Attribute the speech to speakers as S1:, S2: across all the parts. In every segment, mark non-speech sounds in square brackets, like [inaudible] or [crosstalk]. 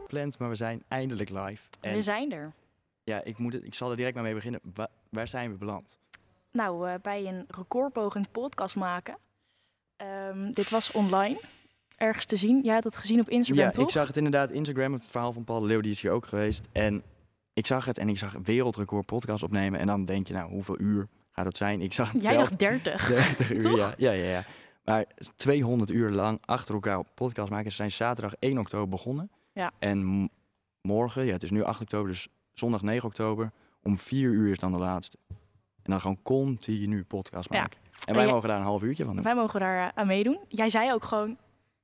S1: gepland, maar we zijn eindelijk live. En
S2: We zijn er.
S1: ja, ik, moet het, ik zal er direct maar mee beginnen. Wa- waar zijn we beland?
S2: Nou, eh, bij een recordpoging podcast maken. Ehm, dit was online. Ergens te zien. Jij had het gezien op Instagram,
S1: ja,
S2: toch?
S1: ik zag het inderdaad Instagram, het verhaal van Paul de Leeuw, die is hier ook geweest. En ik zag het en ik zag wereldrecord podcast opnemen. En dan denk je, nou, hoeveel uur gaat dat zijn? Ik zag het
S2: Jij
S1: zelf.
S2: dacht 30.
S1: 30 uur,
S2: Toch?
S1: ja. ja, ja, ja. Maar 200 uur lang achter elkaar podcast maken. Ze zijn zaterdag 1 oktober begonnen.
S2: Ja.
S1: En m- morgen, ja, het is nu 8 oktober, dus zondag 9 oktober, om 4 uur is dan de laatste. En dan gewoon continu podcast
S2: Ja.
S1: maken. En wij
S2: jij-
S1: mogen daar een half uurtje van doen.
S2: Wij mogen daar eh, aan meedoen. Jij zei ook gewoon,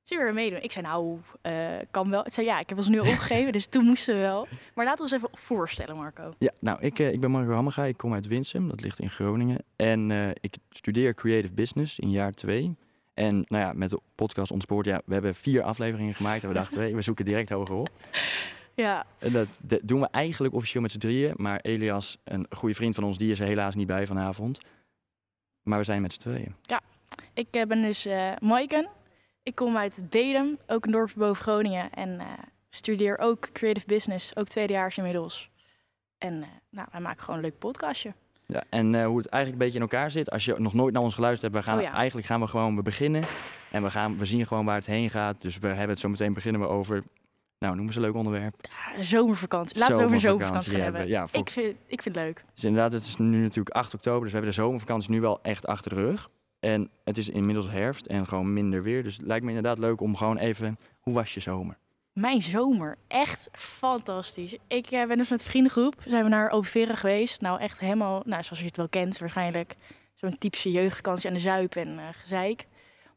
S2: zullen we er meedoen? Ik zei, nou, eh, kan wel. Ik zei, ja, ik heb ons nu al opgegeven, dus toen moesten we wel. Maar laten we ons even voorstellen, Marco.
S1: Ja, nou, ik, eh, ik ben Marco Hammega, ik kom uit Winsum, dat ligt in Groningen. En eh, ik studeer Creative Business in jaar 2. En nou ja, met de podcast Ontspoord, ja, we hebben vier afleveringen gemaakt. En we
S2: [laughs]
S1: dachten, hey, we zoeken direct hoger op.
S2: Ja,
S1: En dat, dat doen we eigenlijk officieel met z'n drieën. Maar Elias, een goede vriend van ons, die is er helaas niet bij vanavond. Maar we zijn met z'n tweeën.
S2: ik eh, ben dus eh Maiken. Ik kom uit Bedum, ook een dorpje boven Groningen. En eh, studeer ook creative business, ook tweedejaars inmiddels. En eh, nou, wij maken gewoon een leuk podcastje.
S1: Ja, en eh, hoe het eigenlijk een beetje in elkaar zit, als je nog nooit naar ons geluisterd hebt, we gaan,
S2: Oh ja.
S1: eigenlijk gaan we gewoon we beginnen. En we, gaan, we zien gewoon waar het heen gaat. Dus we hebben het zo meteen beginnen we over, nou noem eens een leuk onderwerp.
S2: Ja, Ah, zomervakantie. Laten we over zomervakantie gaan hebben.
S1: Ja, voor-
S2: Ik vind, ik vind het leuk.
S1: Dus inderdaad, het is nu natuurlijk 8 oktober, dus we hebben de zomervakantie nu wel echt achter de rug. En het is inmiddels herfst en gewoon minder weer. Dus het lijkt me inderdaad leuk om gewoon even, hoe was je zomer?
S2: Mijn zomer, echt fantastisch. Ik eh, ben dus met vriendengroep, zijn we naar Opeveren geweest. Nou, echt helemaal, nou, zoals je het wel kent waarschijnlijk. Zo'n typische jeugdvakantie aan de Zuip en eh, gezeik.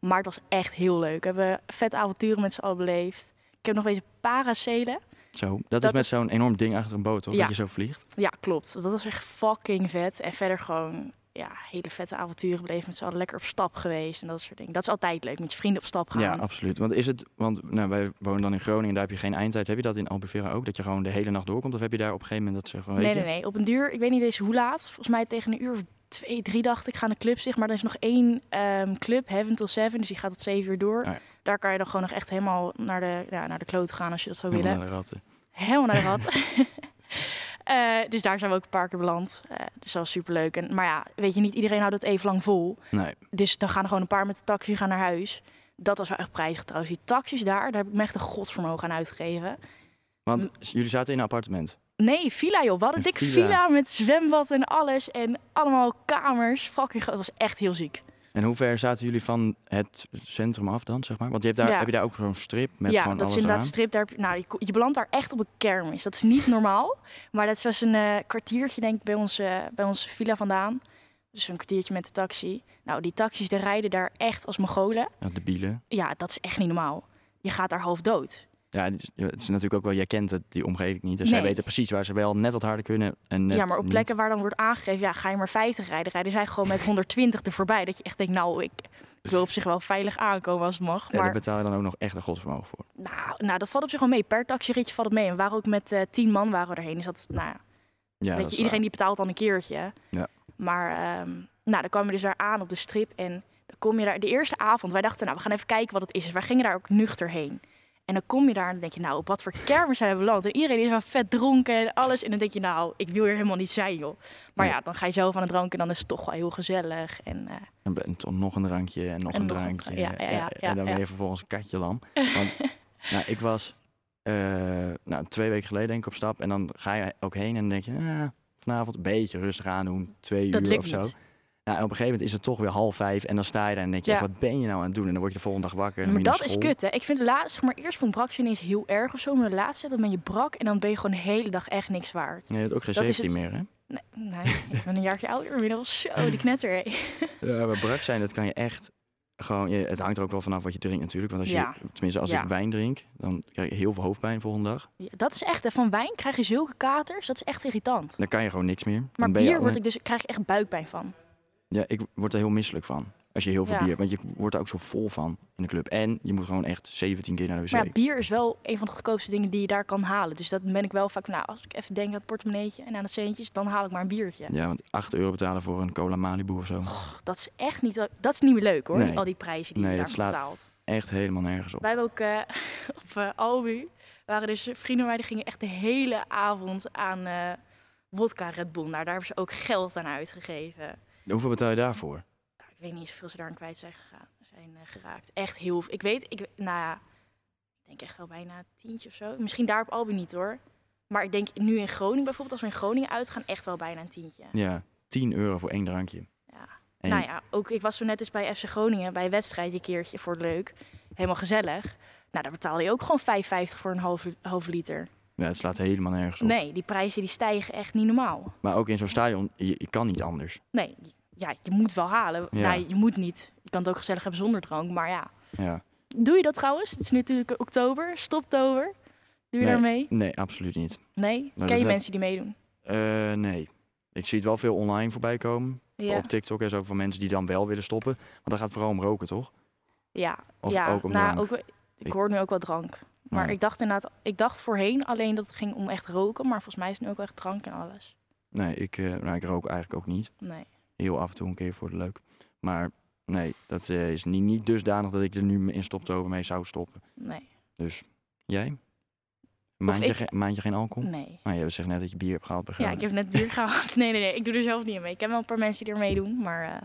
S2: Maar het was echt heel leuk. We hebben vet avonturen met z'n allen beleefd. Ik heb nog deze paracelen.
S1: Zo, dat, is
S2: Dat
S1: met
S2: is-
S1: zo'n enorm ding achter een boot, toch?
S2: Ja.
S1: Dat je zo vliegt.
S2: Ja, klopt. Dat was echt fucking vet. En verder gewoon, ja, hele vette avonturen beleefd. Met z'n allen lekker op stap geweest en dat soort dingen. Dat is altijd leuk, met je vrienden op stap gaan.
S1: Ja, absoluut. Want is het, want nou, wij wonen dan in Groningen, daar heb je geen eindtijd. Heb je dat in Albufeira ook, dat je gewoon de hele nacht doorkomt? Of heb je daar op een gegeven moment dat ze van, weet
S2: nee,
S1: je...
S2: nee, nee. Op een duur, ik weet niet eens hoe laat. Volgens mij tegen een uur of twee, drie dacht ik, gaan de clubs dicht. Maar er is nog één ehm, club, Heaven till Seven, dus die gaat tot zeven uur door.
S1: Oh ja.
S2: Daar kan je dan gewoon nog echt helemaal naar de, ja, naar de kloot gaan als je dat zou
S1: Helemaal
S2: willen.
S1: naar de ratten.
S2: Helemaal naar de rat.
S1: [laughs]
S2: [laughs] Eh, dus daar zijn we ook een paar keer beland. Eh, dus dat was superleuk. En, maar ja, weet je, niet iedereen houdt het even lang vol.
S1: Nee,
S2: Dus dan gaan er gewoon een paar met de taxi gaan naar huis. Dat was wel echt prijzig trouwens. Die taxis daar, daar heb ik me echt een godsvermogen aan uitgegeven.
S1: want
S2: Mm.
S1: s- jullie zaten in een appartement.
S2: Nee, villa joh. We hadden een
S1: Een
S2: dikke
S1: villa.
S2: villa. met zwembad en alles. En allemaal kamers. Fucking groot. Dat was echt heel ziek.
S1: En hoe ver zaten jullie van het centrum af dan, zeg maar? Want je hebt daar,
S2: Ja.
S1: heb je daar ook zo'n strip met
S2: ja,
S1: gewoon
S2: dat
S1: alles
S2: is inderdaad
S1: eraan?
S2: strip. Daar, heb je- nou, je, ko- je belandt daar echt op een kermis. Dat is niet [laughs] normaal. maar dat was een eh, kwartiertje denk ik bij onze, eh, bij onze villa vandaan. Dus een kwartiertje met de taxi. Nou, die taxis die rijden daar echt als mogolen.
S1: Ja, de bielen.
S2: Ja, dat is echt niet normaal. Je gaat daar half dood.
S1: Ja, het is, het is natuurlijk ook wel, jij kent het, die omgeving niet. Dus zij
S2: Nee.
S1: weten precies waar ze wel net wat harder kunnen. En net
S2: ja, maar op
S1: niet.
S2: plekken waar dan wordt aangegeven, ja, ga je maar 50 rijden, rijden zij gewoon
S1: [laughs]
S2: met 120 er voorbij. Dat je echt denkt, nou, ik, ik wil op zich wel veilig aankomen als het mag.
S1: En
S2: Maar
S1: daar betaal je dan ook nog echt een godsvermogen voor.
S2: Nou, nou, dat valt op zich wel mee. Per taxiritje valt het mee. En we waren ook met eh, tien man waren we erheen. Dus dat, nou, ja,
S1: Ja, dat is
S2: weet je,
S1: waar.
S2: iedereen die betaalt dan een keertje.
S1: Ja.
S2: Maar, ehm, nou, dan kwam je dus daar aan op de strip. En dan kom je daar, de eerste avond, wij dachten, nou, we gaan even kijken wat het is. Dus wij gingen daar ook nuchter heen. En dan kom je daar en dan denk je, nou, op wat voor kermis zijn we beland? En iedereen is wel vet dronken en alles. En dan denk je, nou, ik wil hier helemaal niet zijn, joh. Maar
S1: Nee.
S2: ja, dan ga je zelf aan het dranken en dan is het toch wel heel gezellig. En eh,
S1: En be- En toen nog een drankje en nog
S2: En
S1: een
S2: nog een
S1: drankje.
S2: dra- ja, ja,
S1: en-
S2: ja,
S1: en
S2: ja,
S1: dan
S2: ja.
S1: ben je vervolgens een katje
S2: [laughs]
S1: lam. Want nou, ik was eh, nou, twee weken geleden denk ik op stap. En dan ga je ook heen en dan denk je... "Ah, vanavond een beetje rustig aandoen. Twee
S2: dat
S1: uur
S2: lukt
S1: of zo.
S2: niet.
S1: Nou, en op een gegeven moment is het toch weer half vijf. En dan sta je daar en denk je...
S2: Ja.
S1: echt, wat ben je nou aan het doen? En dan word je de volgende dag wakker. En dan
S2: Maar
S1: moet je
S2: dat
S1: naar
S2: is
S1: school.
S2: kut, hè? Ik vind de laatste, zeg maar eerst vond brak ze ineens heel erg of zo. Maar de laatste zet, dan ben je brak en dan ben je gewoon de hele dag echt niks waard.
S1: Nee, je hebt ook geen
S2: Dat is
S1: 17 meer, hè?
S2: Nee, [laughs]
S1: [laughs]
S2: nee ik ben een jaartje ouder inmiddels. Zo, die knetter, hè?
S1: Ja, maar brak zijn, dat kan je echt gewoon, je- het hangt er ook wel vanaf wat je drinkt natuurlijk. Want als
S2: Ja.
S1: je, tenminste als
S2: Ja.
S1: ik wijn drink, dan krijg je heel veel hoofdpijn de volgende dag.
S2: Ja, dat is echt, hè, van wijn krijg je zulke katers, dat is echt irritant.
S1: Dan kan je gewoon niks meer.
S2: Maar
S1: dan ben je
S2: bier
S1: al-
S2: word ik dus, krijg ik echt buikpijn van.
S1: Ja, ik word er heel misselijk van. Als je heel veel
S2: Ja.
S1: bier, want je wordt er ook zo vol van in de club. En je moet gewoon echt 17 keer naar de wc.
S2: Maar ja, bier is wel een van de goedkoopste dingen die je daar kan halen. Dus dat ben ik wel vaak, nou, als ik even denk aan het portemonneetje en aan het centjes, dan haal ik maar een biertje.
S1: Ja, want 8 euro betalen voor een cola Malibu of zo.
S2: Dat is echt niet, dat is niet meer leuk hoor,
S1: Nee.
S2: die- al die prijzen die
S1: Nee,
S2: je
S1: dat
S2: daar
S1: slaat-
S2: betaalt.
S1: Echt helemaal nergens op.
S2: Wij hebben ook eh, [laughs] op eh, Albu, waren dus vrienden van mij, die gingen echt de hele avond aan eh wodka Red Bull. Nou, daar hebben ze ook geld aan uitgegeven.
S1: Hoeveel betaal je daarvoor?
S2: Nou, ik weet niet eens hoeveel ze daar aan kwijt zijn, gegaan, zijn eh, geraakt. Echt heel veel. Ik weet, ik, nou ja, ik denk echt wel bijna tientje of zo. Misschien daar op Albu niet hoor. Maar ik denk nu in Groningen bijvoorbeeld, als we in Groningen uitgaan, echt wel bijna een tientje.
S1: Ja, 10 euro voor één drankje.
S2: Ja.
S1: En
S2: Nou ja, ook ik was zo net eens bij FC Groningen bij een wedstrijdje een keertje voor het leuk. Helemaal gezellig. Nou, daar betaalde je ook gewoon 5,50 voor een half, half liter.
S1: ja, het slaat helemaal nergens op.
S2: Nee, die prijzen die stijgen echt niet normaal.
S1: Maar ook in zo'n stadion, je, je kan niet anders.
S2: Nee, ja, je moet wel halen.
S1: Ja.
S2: Nee, je moet niet. Je kan het ook gezellig hebben zonder drank, maar ja.
S1: Ja.
S2: Doe je dat trouwens? Het is nu natuurlijk oktober, stoptober. Doe je
S1: Nee.
S2: daarmee?
S1: Nee, absoluut niet.
S2: Nee?
S1: dat
S2: Ken
S1: is
S2: je
S1: net-
S2: mensen die meedoen?
S1: Eh, nee. Ik zie het wel veel online voorbij komen.
S2: Ja.
S1: Op TikTok en zo van mensen die dan wel willen stoppen. Want dan gaat het vooral om roken, toch?
S2: Ja.
S1: Of
S2: ja.
S1: ook om
S2: nou,
S1: drank?
S2: ook wel-
S1: Ik- Oh.
S2: ik hoor nu ook wel drank. Maar
S1: Ja.
S2: ik dacht inderdaad, ik dacht voorheen alleen dat het ging om echt roken. Maar volgens mij is het nu ook wel echt drank en alles.
S1: Nee, ik, eh, nou, ik rook eigenlijk ook niet.
S2: Nee.
S1: Heel af en toe een keer voor de leuk. Maar nee, dat eh, is niet, niet dusdanig dat ik er nu in stoptover mee zou stoppen.
S2: Nee,
S1: Dus jij? Maandje,
S2: ik-
S1: ge- maandje geen alcohol? Oh
S2: nee.
S1: Maar je zegt net dat je bier hebt gehaald bij
S2: Ja, ik
S1: Groningen.
S2: heb net bier [laughs] gehaald. Nee, nee, nee. Ik doe er zelf niet aan mee. Ik ken wel een paar mensen die er meedoen, maar eh,
S1: Ik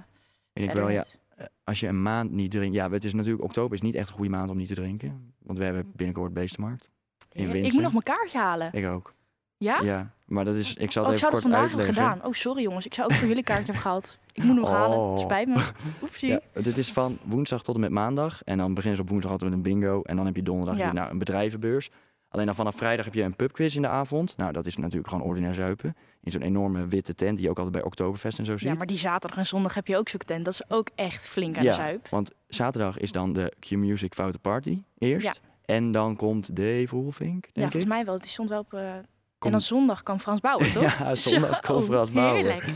S1: denk
S2: verder
S1: wel, ja,
S2: niet.
S1: als je een maand niet drinkt... Ja, het is natuurlijk, oktober is niet echt een goede maand om niet te drinken. Want we
S2: Mm.
S1: hebben binnenkort beestenmarkt. In
S2: Heerlijk. Ik
S1: Winsen.
S2: moet nog mijn kaartje halen.
S1: Ik ook.
S2: Ja?
S1: Ja, maar dat is... Ik zal
S2: Oh,
S1: het
S2: ik
S1: even
S2: zou dat
S1: kort
S2: vandaag hebben
S1: uitleggen.
S2: gedaan. Oh, sorry jongens. Ik zou ook voor jullie kaartje hebben gehaald. Ik moet hem nog halen.
S1: Oh.
S2: Spijt me. Oepsie.
S1: Ja, dit is van woensdag tot en met maandag. En dan beginnen ze op woensdag altijd met een bingo. En dan heb je donderdag
S2: Ja.
S1: heb je, nou, een bedrijvenbeurs. Alleen dan vanaf vrijdag heb je een pubquiz in de avond. Nou, dat is natuurlijk gewoon ordinair zuipen. In zo'n enorme witte tent die je ook altijd bij Oktoberfest en zo ziet.
S2: Ja, maar die zaterdag en zondag heb je ook zo'n tent. Dat is ook echt flink aan
S1: Ja,
S2: de zuip.
S1: want zaterdag is dan de Q-Music Foute Party eerst. En dan komt Dave Roelvink,
S2: Ja,
S1: denk ik.
S2: volgens mij wel. Die stond wel op... eh, En
S1: Kom-
S2: dan zondag kan Frans bouwen, toch?
S1: [laughs] Ja, zondag
S2: [laughs] Zo,
S1: komt Frans Bauer.
S2: Heerlijk.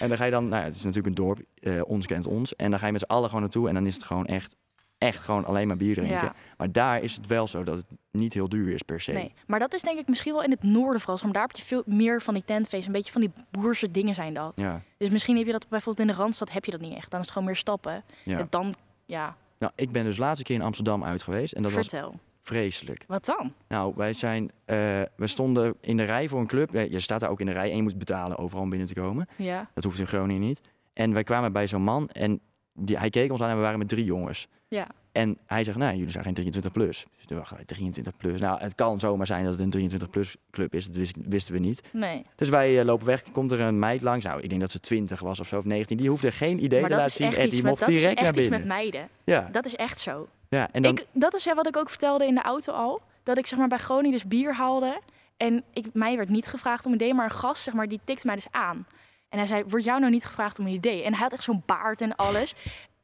S1: En dan ga je dan, nou ja, het is natuurlijk een dorp, eh, ons kent ons. En dan ga je met z'n allen gewoon naartoe en dan is het gewoon echt, echt gewoon alleen maar bier drinken.
S2: Ja.
S1: Maar daar is het wel zo dat het niet heel duur is per se.
S2: Nee, maar dat is denk ik misschien wel in het noorden vooral. Maar daar heb je veel meer van die tentfeesten. Een beetje van die boerse dingen zijn dat.
S1: Ja.
S2: Dus misschien heb je dat bijvoorbeeld in de Randstad heb je dat niet echt. Dan is het gewoon meer stappen.
S1: Ja.
S2: En dan, ja,
S1: Nou, ik ben dus laatste keer in Amsterdam uit geweest en dat was
S2: vertel.
S1: vreselijk.
S2: Wat dan?
S1: Nou, wij zijn, eh, we stonden in de rij voor een club. Ja, Je staat daar ook in de rij en je moet betalen overal om binnen te komen.
S2: Ja.
S1: Dat hoeft in Groningen niet. En wij kwamen bij zo'n man en die, hij keek ons aan en we waren met drie jongens.
S2: Ja.
S1: En hij zegt, nee, jullie zijn geen 23 plus. Dus toen dachten wij, 23 plus. Nou, het kan zomaar zijn dat het een 23 plus club is. Dat wist- wisten we niet.
S2: Nee.
S1: Dus wij eh, lopen weg. Komt er een meid langs. Nou, ik denk dat ze 20 was of zo, of 19. Die hoefde geen idee
S2: maar
S1: te laten
S2: dat is
S1: zien.
S2: echt
S1: en
S2: iets
S1: die
S2: met,
S1: mocht
S2: dat is
S1: direct naar
S2: echt iets
S1: binnen.
S2: met meiden.
S1: Ja,
S2: Dat is echt zo.
S1: ja. En dan,
S2: Ik, dat is ja wat ik ook vertelde in de auto al. Dat ik zeg maar bij Groningen dus bier haalde. En ik, mij werd niet gevraagd om een idee, maar een gast zeg maar, die tikte mij dus aan. En hij zei, wordt jou nou niet gevraagd om een idee? En hij had echt zo'n baard en alles.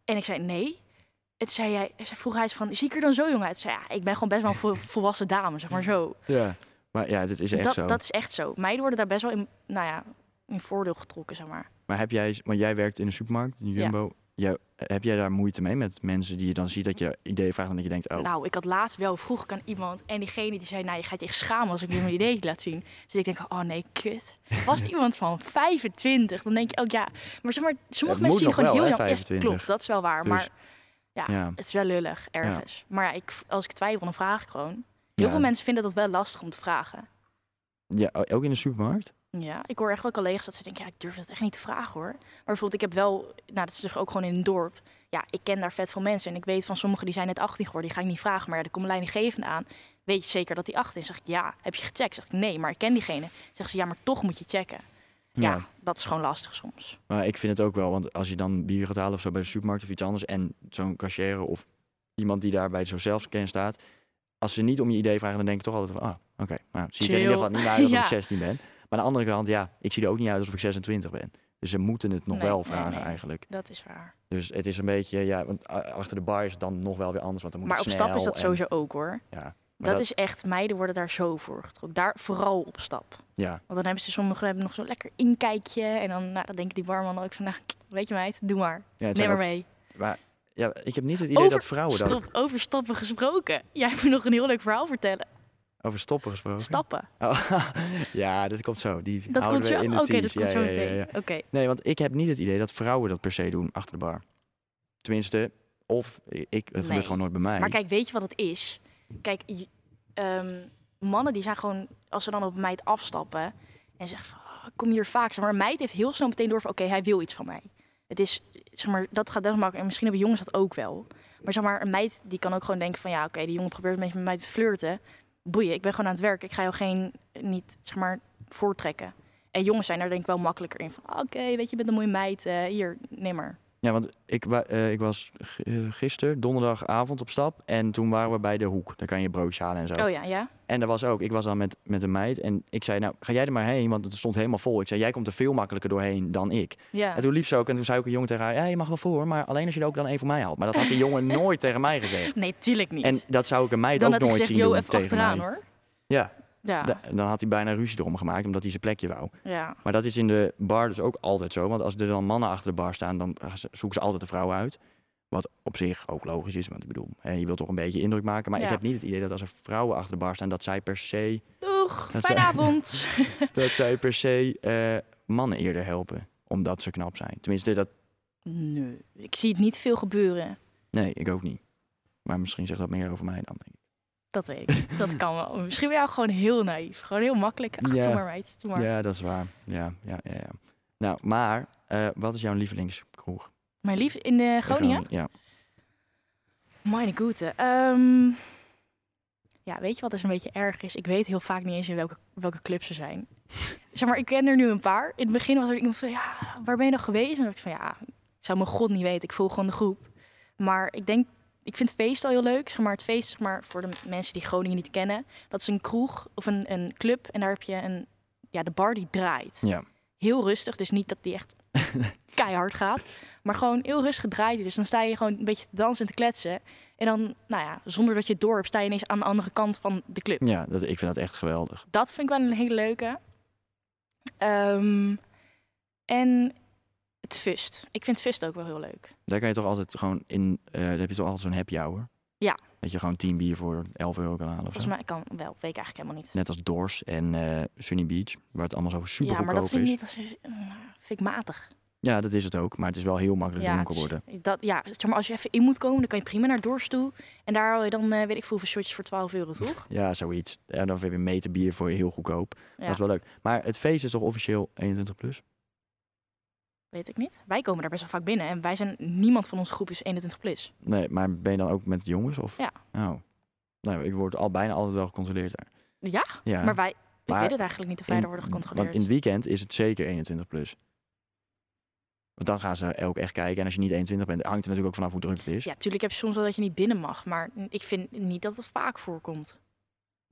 S2: En ik zei, nee. Het zei hij, hij vroeg hij eens van, zie ik er dan zo jong uit? Ik zei, ja, ik ben gewoon best wel een vol- volwassen dame, zeg maar zo.
S1: ja. Maar ja, dit is echt
S2: dat,
S1: zo.
S2: dat is echt zo. Meiden worden daar best wel in, nou ja, in voordeel getrokken, zeg maar.
S1: Maar heb jij, want jij werkt in een supermarkt, in Jumbo. Jij- heb jij daar moeite mee met mensen die je dan ziet dat je ideeën vraagt en dat je denkt, oh,
S2: Nou, ik had laatst wel vroeg ik aan iemand en diegene die zei, nou, je gaat je echt schamen als ik nu mijn idee laat zien. Dus ik denk, oh nee, kut.
S1: [laughs]
S2: Was het iemand van 25? Dan denk je ook, ja. Maar zeg maar,
S1: moet
S2: sommige mensen zien
S1: nog
S2: gewoon
S1: wel,
S2: heel
S1: hè,
S2: jong. Ja,
S1: 25.
S2: klopt, dat is wel waar.
S1: Dus,
S2: maar ja,
S1: ja.
S2: het is wel lullig ergens. Maar ja, ik, als ik twijfel, dan vraag ik gewoon. Heel
S1: Ja.
S2: veel mensen vinden dat wel lastig om te vragen.
S1: Ja, o- ook in de supermarkt?
S2: Ja, ik hoor echt wel collega's dat ze denken, ja, ik durf dat echt niet te vragen hoor. Maar bijvoorbeeld, ik heb wel, nou, dat is dus ook gewoon in een dorp. Ja, ik ken daar vet veel mensen en ik weet van sommigen die zijn net 18 geworden, die ga ik niet vragen. Maar ja, er komt een leidinggevende aan. Weet je zeker dat die 18 is? Zeg ik, ja. Heb je gecheckt? Zeg ik, nee, maar ik ken diegene. Zeggen ze, ja, maar toch moet je checken. Ja, dat is gewoon lastig soms.
S1: Maar ik vind het ook wel, want als je dan bier gaat halen of zo bij de supermarkt of iets anders en zo'n cashier of iemand die daar bij het zo zelfscan staat, als ze niet om je idee vragen, dan denk ik toch altijd van, ah, oké, nou, zie ik er in ieder
S2: Chill.
S1: geval niet naar uit alsof
S2: [laughs] Ja.
S1: ik 16 ben. Maar aan de andere kant, ja, ik zie er ook niet uit alsof ik 26 ben. Dus ze moeten het nog
S2: Nee,
S1: wel
S2: nee,
S1: vragen
S2: nee.
S1: eigenlijk.
S2: Dat is waar.
S1: Dus het is een beetje, ja, want a- achter de bar is het dan nog wel weer anders. Want dan moet
S2: Maar op
S1: het
S2: stap is
S1: snel
S2: dat
S1: en-
S2: sowieso ook hoor.
S1: Ja, maar
S2: Dat, is echt, meiden worden daar zo voor getrokken. Daar vooral op stap.
S1: Ja,
S2: Want dan hebben ze sommigen hebben nog zo'n lekker inkijkje. En dan, nou, dan denken die barman ook van, nou, weet je meid, doe maar.
S1: ja, het
S2: Neem
S1: zijn
S2: maar
S1: ook-
S2: mee.
S1: maar ja, ik heb niet het idee dat vrouwen Oh, dat...
S2: Stop, over stappen gesproken. Jij hebt me nog een heel leuk verhaal vertellen.
S1: Over stoppen gesproken.
S2: Stappen.
S1: Oh, [laughs] ja, dat komt zo. Die
S2: Dat
S1: houden
S2: komt
S1: we
S2: zo?
S1: in de
S2: Oké, dat
S1: tease.
S2: komt
S1: Ja,
S2: zo
S1: ja,
S2: meteen.
S1: ja, ja.
S2: Oké.
S1: Nee, want ik heb niet het idee dat vrouwen dat per se doen achter de bar. Tenminste, of ik, het
S2: Nee.
S1: gebeurt gewoon nooit bij mij.
S2: Maar kijk, weet je wat het is? Kijk, je- ehm, mannen die zijn gewoon, als ze dan op een meid afstappen en zeggen van, "Ah, kom hier vaak. Zeg maar een meid heeft heel snel meteen door van, oké, hij wil iets van mij. Het is, zeg maar, dat gaat heel makkelijk. En misschien hebben jongens dat ook wel. Maar zeg maar, een meid die kan ook gewoon denken van, ja, oké, die jongen probeert een beetje met mij te flirten. Boeien, ik ben gewoon aan het werk. Ik ga jou geen, niet, zeg maar, voortrekken. En jongens zijn daar denk ik wel makkelijker in. Van, ah, oké, weet je, je bent een mooie meid. eh, hier, neem maar.
S1: Ja, want ik, wa- eh, ik was g- eh, gisteren, donderdagavond op stap. En toen waren we bij de hoek. Daar kan je broodjes halen en zo.
S2: Oh ja, ja.
S1: En daar was ook, ik was dan met, met een meid. En ik zei, nou, ga jij er maar heen. Want het stond helemaal vol. Ik zei, jij komt er veel makkelijker doorheen dan ik.
S2: Ja.
S1: En toen liep ze ook. En toen zei ook een jongen tegen haar, ja, je mag wel voor. Maar alleen als je er ook dan één voor mij haalt. Maar dat had die
S2: [laughs]
S1: jongen nooit tegen mij gezegd.
S2: Nee, tuurlijk niet.
S1: En dat zou ik een meid
S2: dan
S1: ook
S2: had ik
S1: nooit
S2: gezegd,
S1: zien
S2: yo,
S1: doen
S2: even
S1: tegen
S2: achteraan
S1: mij.
S2: hoor.
S1: Ja,
S2: Ja,
S1: da- dan had hij bijna ruzie erom gemaakt. Omdat hij zijn plekje wou.
S2: ja.
S1: Maar dat is in de bar dus ook altijd zo. Want als er dan mannen achter de bar staan, dan gaan ze- zoeken ze altijd de vrouw uit. Wat op zich ook logisch is, want ik bedoel, hè, je wilt toch een beetje indruk maken. Maar ik
S2: Ja.
S1: heb niet het idee dat als er vrouwen achter de bar staan, dat zij per se,
S2: Doeg,
S1: Dat
S2: fijne
S1: zou-
S2: avond.
S1: [laughs]
S2: [laughs]
S1: dat zij per se eh, mannen eerder helpen. Omdat ze knap zijn. Tenminste, dat,
S2: nee, ik zie het niet veel gebeuren.
S1: nee, ik ook niet. Maar misschien zegt dat meer over mij dan. Denk ik.
S2: Dat weet ik. [laughs] niet. Dat kan wel. Misschien ben jij gewoon heel naïef. Gewoon heel makkelijk. Ach,
S1: Ja.
S2: doe maar meid, doe maar.
S1: Ja, dat is waar. Ja, ja, ja. ja. Nou, maar eh, wat is jouw lievelingskroeg?
S2: Mijn lief, in de Groningen?
S1: Ja.
S2: Mijn goede. Ehm, ja, weet je wat dus een beetje erg is? Ik weet heel vaak niet eens in welke, welke club ze zijn. zeg maar, ik ken er nu een paar. In het begin was er iemand van, ja, waar ben je nog geweest? En dan dacht ik van, ja, ik zou mijn god niet weten. Ik volg gewoon de groep. Maar ik denk, ik vind het feest al heel leuk. Zeg maar, het feest, zeg maar, voor de mensen die Groningen niet kennen. Dat is een kroeg of een, een club. En daar heb je een, ja, de bar die draait
S1: ja.
S2: heel rustig. Dus niet dat die echt keihard gaat. Maar gewoon heel rustig draait hij. Dus dan sta je gewoon een beetje te dansen en te kletsen. En dan, nou ja, zonder dat je het door hebt, sta je ineens aan de andere kant van de
S1: [laughs]
S2: club.
S1: Ja, dat, ik vind dat echt geweldig.
S2: Dat vind ik wel een hele leuke. Ehm, en het fust. Ik vind fust ook wel heel leuk.
S1: Daar kan je toch altijd gewoon in. eh daar heb je toch altijd zo'n happy hour?
S2: Ja.
S1: Dat je gewoon 10 bier voor 11 euro kan halen of zo.
S2: Volgens mij kan wel, weet ik eigenlijk helemaal niet.
S1: Net als Doors en eh, Sunny Beach, waar het allemaal zo super
S2: ja, maar
S1: goedkoop
S2: dat vind
S1: is.
S2: ik niet. Dat is- nou, vind ik matig.
S1: Ja, dat is het ook. Maar het is wel heel makkelijk
S2: Ja,
S1: dronken
S2: het is-
S1: worden.
S2: Dat, ja, zeg maar, als je even in moet komen, dan kan je prima naar Dorst toe. En daar haal je dan, eh, weet ik veel, hoeveel shotjes voor 12 euro, toch?
S1: Ja, zoiets. En dan heb je een meter bier voor je heel goedkoop.
S2: Ja.
S1: Dat is wel leuk. Maar het feest is toch officieel 21 plus?
S2: Weet ik niet. Wij komen daar best wel vaak binnen en wij zijn niemand van onze groep is 21 plus.
S1: Nee, maar ben je dan ook met jongens? Of?
S2: Ja.
S1: Oh. Nou, ik word al bijna altijd wel gecontroleerd daar.
S2: Ja,
S1: Ja.
S2: maar wij ik
S1: Maar
S2: weet het eigenlijk niet of wij
S1: in-
S2: daar worden gecontroleerd.
S1: Want in het weekend is het zeker 21 plus. Want dan gaan ze ook echt kijken. En als je niet 21 bent, hangt er natuurlijk ook vanaf hoe druk het is.
S2: Ja, tuurlijk heb je soms wel dat je niet binnen mag, maar ik vind niet dat het vaak voorkomt.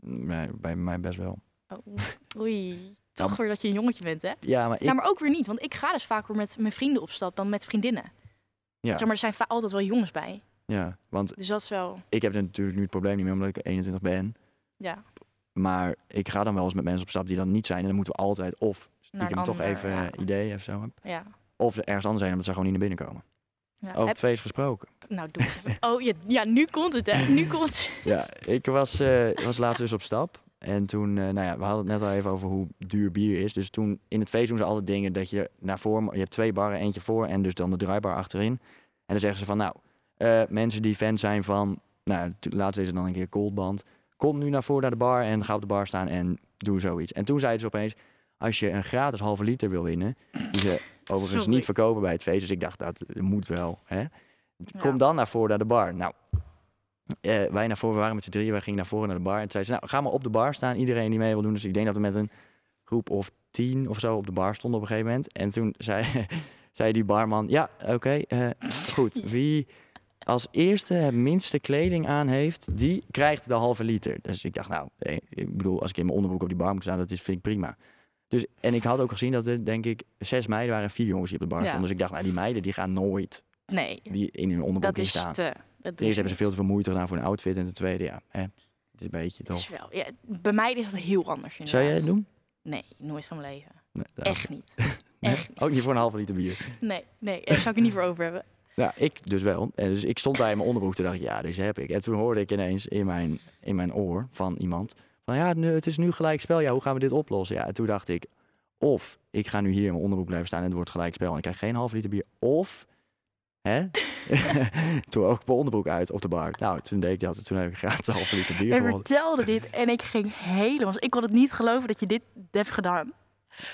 S1: Nee, bij mij best wel. [laughs]
S2: Oh, oei, toch weer dat je een jongetje bent, hè?
S1: Ja, maar Nou, ik...
S2: Nou, maar ook weer niet, want ik ga dus vaker met mijn vrienden op stap dan met vriendinnen.
S1: Ja.
S2: Zeg maar, er zijn va- altijd wel jongens bij.
S1: Ja, want
S2: Dus dat is wel,
S1: ik heb natuurlijk nu het probleem niet meer omdat ik 21 ben.
S2: ja,
S1: Maar ik ga dan wel eens met mensen op stap die dan niet zijn. En dan moeten we altijd of
S2: Naar
S1: stiekem
S2: een
S1: toch
S2: ander,
S1: even
S2: ja.
S1: eh, ideeën of zo. hebben.
S2: ja.
S1: Of er ergens anders zijn omdat ze gewoon niet naar binnen komen.
S2: ja.
S1: Over
S2: Heb-
S1: het feest gesproken.
S2: nou, doe eens even. Oh, ja, ja, nu komt het,
S1: [laughs]
S2: hè? Nu komt het. [laughs]
S1: Ja, ik was, eh, was laatst dus op stap. En toen, eh, nou ja, we hadden het net al even over hoe duur bier is. Dus toen, in het feest doen ze altijd dingen dat je naar voren... Je hebt twee barren, eentje voor en dus dan de draaibar achterin. En dan zeggen ze van, nou, eh, mensen die fan zijn van... Nou, t- laatst is het dan een keer Coldband. Kom nu naar voren naar de bar en ga op de bar staan en doe zoiets. En toen zeiden ze opeens, als je een gratis halve liter wil winnen... Die
S2: [laughs]
S1: ze overigens
S2: Sorry.
S1: niet verkopen bij het feest. Dus ik dacht, dat moet wel, hè? Kom
S2: Ja.
S1: dan naar voren naar de bar. Nou, eh, wij naar voren, we waren met z'n drieën, wij gingen naar voren naar de bar. En toen zei ze, nou, ga maar op de bar staan. Iedereen die mee wil doen. Dus ik denk dat we met een groep of tien of zo op de bar stonden op een gegeven moment. En toen zei, zei die barman, ja, oké, eh,
S2: [laughs]
S1: goed. Wie als eerste het minste kleding aan heeft, die krijgt de halve liter. Dus ik dacht, nou, eh, ik bedoel, als ik in mijn onderbroek op die bar moet staan, dat is, vind ik prima. Dus, en ik had ook gezien dat er, denk ik, zes meiden waren en vier jongens die op de bar
S2: Ja.
S1: stonden. Dus ik dacht, nou, die meiden die gaan nooit
S2: Nee,
S1: die in hun
S2: dat
S1: onderbroekje
S2: is
S1: staan.
S2: te... Dat
S1: Ten
S2: doe je
S1: eerste hebben ze veel
S2: niet.
S1: te veel moeite gedaan voor een outfit. En ten tweede, ja, hè, het is een beetje
S2: Het
S1: toch.
S2: is wel, ja, bij mij is dat heel anders
S1: Zou jij
S2: inderdaad.
S1: het doen?
S2: Nee, nooit van mijn leven.
S1: Nee, nou,
S2: Echt niet.
S1: [laughs] nee. Oh,
S2: echt niet.
S1: Ook niet voor een halve liter bier.
S2: Nee, nee, daar zou ik het niet voor over hebben.
S1: Nou, ik dus wel. En dus ik stond daar in mijn onderbroek. Toen dacht ik, ja, deze heb ik. En toen hoorde ik ineens in mijn, in mijn oor van iemand... van ja, nu- het is nu gelijk spel. Ja, hoe gaan we dit oplossen? Ja, en toen dacht ik... of ik ga nu hier in mijn onderbroek blijven staan... en het wordt gelijk spel en ik krijg geen halve liter bier. Of... [laughs] Hè? toen ook mijn onderbroek uit op de bar. Nou, toen deed ik dat. en Toen heb ik gratis een halve liter bier
S2: Hij
S1: gewonnen.
S2: vertelde dit en ik ging helemaal... Ik kon het niet geloven dat je dit hebt gedaan.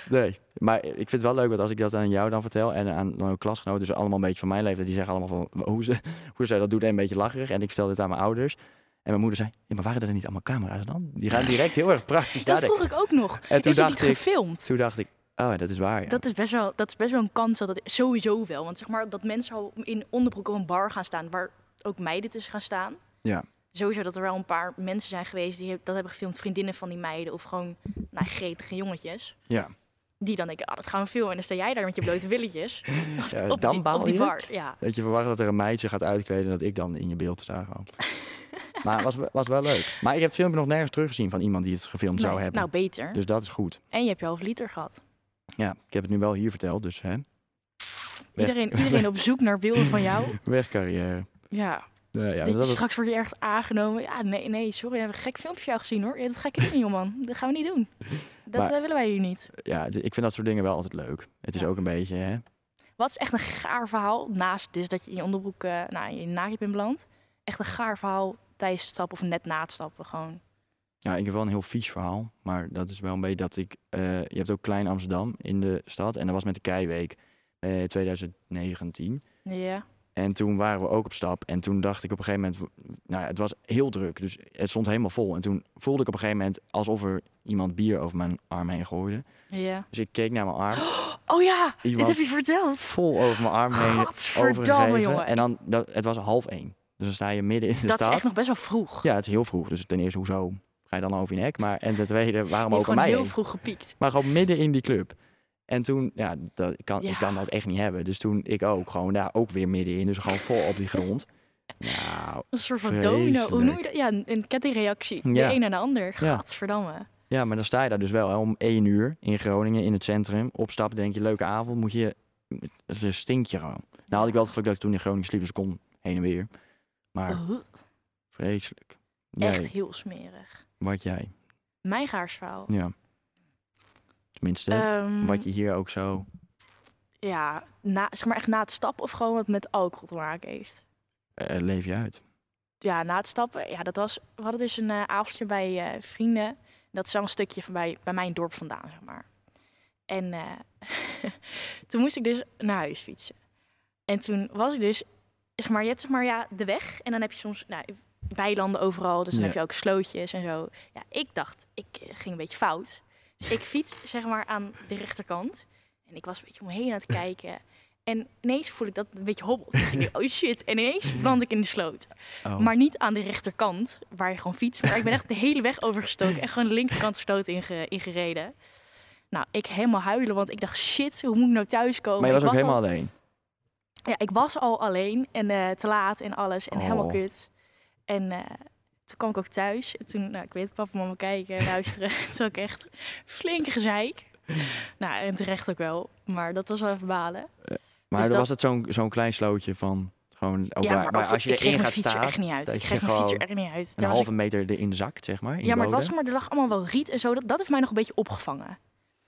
S1: Nee, maar ik vind het wel leuk, want als ik dat aan jou dan vertel en aan mijn klasgenoten, dus allemaal een beetje van mijn leeftijd, die zeggen allemaal van hoe ze, [laughs] hoe ze dat doet en een beetje lacherig. En ik vertel dit aan mijn ouders. En mijn moeder zei, ja, maar waren er niet allemaal camera's dan? Die gaan direct heel erg praktisch
S2: Dus Dat
S1: nadenken.
S2: vroeg ik ook nog.
S1: En toen
S2: is het niet
S1: dacht ik,
S2: gefilmd?
S1: toen dacht ik, oh, dat is waar. Ja.
S2: Dat is, best wel, dat is best wel een kans dat het sowieso wel. Want zeg maar dat mensen al in onderbroek op een bar gaan staan, waar ook meiden tussen gaan staan.
S1: Ja.
S2: Sowieso dat er wel een paar mensen zijn geweest die heb- dat hebben gefilmd, vriendinnen van die meiden of gewoon nou, gretige jongetjes. [laughs]
S1: Ja.
S2: Die dan denken, ah, dat gaan we filmen. En dan sta jij daar met je blote billetjes
S1: [laughs] Ja,
S2: op,
S1: dan
S2: die,
S1: baal
S2: op die
S1: je
S2: bar.
S1: het?
S2: Ja.
S1: Dat je verwacht dat er een meidje gaat uitkleden en dat ik dan in je beeld sta
S2: [laughs]
S1: gewoon. maar het was, was wel leuk. Maar ik heb het filmpje nog nergens teruggezien van iemand die het gefilmd zou
S2: Nee,
S1: hebben.
S2: Nou, beter.
S1: Dus dat is goed.
S2: En je hebt je half liter gehad.
S1: Ja, ik heb het nu wel hier verteld, dus hè, Weg.
S2: Iedereen, iedereen op zoek naar beelden van
S1: [laughs]
S2: jou.
S1: wegcarrière.
S2: Ja.
S1: Eh, Ja, ja,
S2: Denk je,
S1: was-
S2: straks word je ergens aangenomen. Ja, nee, nee, sorry, we hebben een gek filmpje van jou gezien hoor. Ja, dat ga ik niet, doen, man. Dat gaan we niet doen. Dat
S1: Maar-
S2: eh, willen wij hier niet.
S1: ja, het- ik vind dat soort dingen wel altijd leuk. Het is
S2: Ja.
S1: ook een beetje, hè?
S2: Wat is echt een gaar verhaal, naast dus dat je in je onderbroek, eh nou, je naakt bent beland. Echt een gaar verhaal tijdens het stappen of net na het stappen gewoon.
S1: Ja, ik heb wel een heel vies verhaal. Maar dat is wel een beetje dat ik... eh, je hebt ook Klein Amsterdam in de stad. En dat was met de Keiweek eh 2019.
S2: Ja,
S1: En toen waren we ook op stap. En toen dacht ik op een gegeven moment... Nou ja, het was heel druk. Dus het stond helemaal vol. En toen voelde ik op een gegeven moment alsof er iemand bier over mijn arm heen gooide.
S2: ja.
S1: Dus ik keek naar mijn
S2: [gasps]
S1: arm.
S2: Oh ja,
S1: Iemand-
S2: dit heb je verteld.
S1: Vol over mijn arm heen
S2: Gadverdamme,
S1: overgegeven.
S2: jongen.
S1: En dan, dat, het was half één. Dus dan sta je midden in de
S2: dat is
S1: stad.
S2: echt nog best wel vroeg.
S1: Ja, het is heel vroeg. Dus ten eerste, hoezo ga je dan over je nek? Maar en ten tweede, waarom
S2: je hebt
S1: over
S2: gewoon
S1: mij
S2: heel
S1: heen?
S2: vroeg gepiekt.
S1: Maar gewoon midden in die club. En toen, ja, dat, ik, kan,
S2: Ja.
S1: ik kan dat echt niet hebben. Dus toen ik ook, gewoon daar ook weer middenin. Dus gewoon vol op die grond. [laughs] Nou,
S2: Een soort van domino. Hoe noem je dat? Ja, een, een kettingreactie.
S1: Ja.
S2: De een en de ander.
S1: Ja.
S2: Gadverdamme.
S1: ja, maar dan sta je daar dus wel hè, om één uur in Groningen, in het centrum. Opstappen, denk je, leuke avond. Moet je, het stinkt je gewoon. Nou had ik wel het geluk dat ik toen in Groningen sliep, dus ik kon heen en weer. Maar
S2: Oh,
S1: vreselijk. Jij,
S2: echt heel smerig.
S1: wat jij.
S2: Mijn gaarsverhaal.
S1: Ja. Tenminste,
S2: Ehm,
S1: wat je hier ook zo...
S2: Ja, na, zeg maar echt na het stappen of gewoon wat met alcohol te maken heeft.
S1: eh, leef je uit.
S2: Ja, na het stappen, ja, dat was, we hadden dus een eh, avondje bij eh, vrienden. Dat is wel een stukje van bij, bij mijn dorp vandaan, zeg maar. En eh, [laughs] toen moest ik dus naar huis fietsen. En toen was ik dus, zeg maar, je hebt zeg maar ja, de weg en dan heb je soms nou, weilanden overal. Dus dan
S1: Ja.
S2: heb je ook slootjes en zo. Ja, ik dacht, ik eh, ging een beetje fout. Dus ik fiets zeg maar aan de rechterkant. En ik was een beetje omheen aan het kijken. En ineens voel ik dat het een beetje hobbelt. Dus ik denk, oh shit. En ineens brand ik in de sloot.
S1: Oh.
S2: Maar niet aan de rechterkant, waar je gewoon fietst. Maar ik ben echt de hele weg overgestoken. En gewoon de linkerkant stoot inge- ingereden. Nou, ik helemaal huilen, want ik dacht, shit, hoe moet ik nou thuiskomen?
S1: maar je
S2: Ik
S1: was ook helemaal
S2: al-
S1: alleen.
S2: ja, ik was al alleen en eh, te laat en alles en helemaal
S1: Oh.
S2: kut. En eh, toen kwam ik ook thuis. En toen, nou, ik weet, papa en mama kijken en luisteren. [laughs] Het was ook echt flink gezeik. Nou, en terecht ook wel. Maar dat was wel even balen.
S1: Maar
S2: Dus
S1: dan
S2: dat-
S1: was het zo'n zo'n klein slootje van gewoon. Ook
S2: ja,
S1: waar, waar
S2: ook-
S1: Oh, als je
S2: ik kreeg
S1: erin gaat
S2: mijn fiets er
S1: staan,
S2: echt niet uit.
S1: dat
S2: Ik
S1: je
S2: kreeg mijn fiets er
S1: gewoon
S2: echt niet uit.
S1: een
S2: Daar was ik-
S1: halve meter erin zakt, zeg maar. In
S2: ja, maar, het was,
S1: boden.
S2: maar er lag allemaal wel riet en zo. Dat, dat heeft mij nog een beetje opgevangen.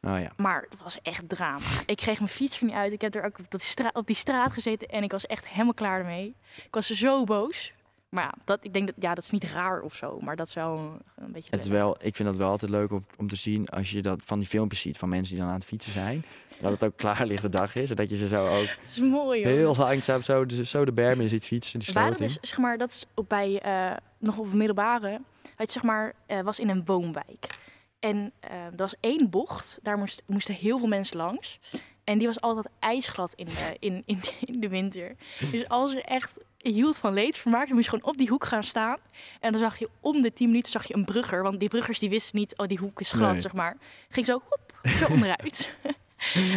S1: Oh ja.
S2: Maar het was echt drama. Ik kreeg mijn fiets er niet uit. Ik heb er ook op, dat stra- op die straat gezeten en ik was echt helemaal klaar ermee. Ik was zo boos. Maar ja, dat, ik denk dat, ja, dat is niet raar of zo. Maar dat is wel een, een beetje...
S1: Het is wel, ik vind dat wel altijd leuk om, om te zien als je dat van die filmpjes ziet van mensen die dan aan het fietsen zijn. Dat het ook klaar ligt de dag is. Zodat je ze zo ook
S2: Het is mooi hoor.
S1: heel langzaam zo, de- zo de berm in ziet fietsen. De
S2: We waren
S1: sloot in.
S2: dus, zeg maar, dat is op bij, eh, nog op het middelbare, had je, zeg maar, eh, was in een woonwijk. En eh er was één bocht, daar moest, moesten heel veel mensen [laughs] langs. En die was altijd ijsglad in de, in, in, in de winter. Dus als er echt hield van leedvermaak. Dan moest je gewoon op die hoek gaan staan. En dan zag je om de 10 minuten zag je een brugger. Want die bruggers die wisten niet, oh die hoek is glad,
S1: Nee.
S2: zeg maar. Ging zo, hoep, zo
S1: [laughs]
S2: onderuit.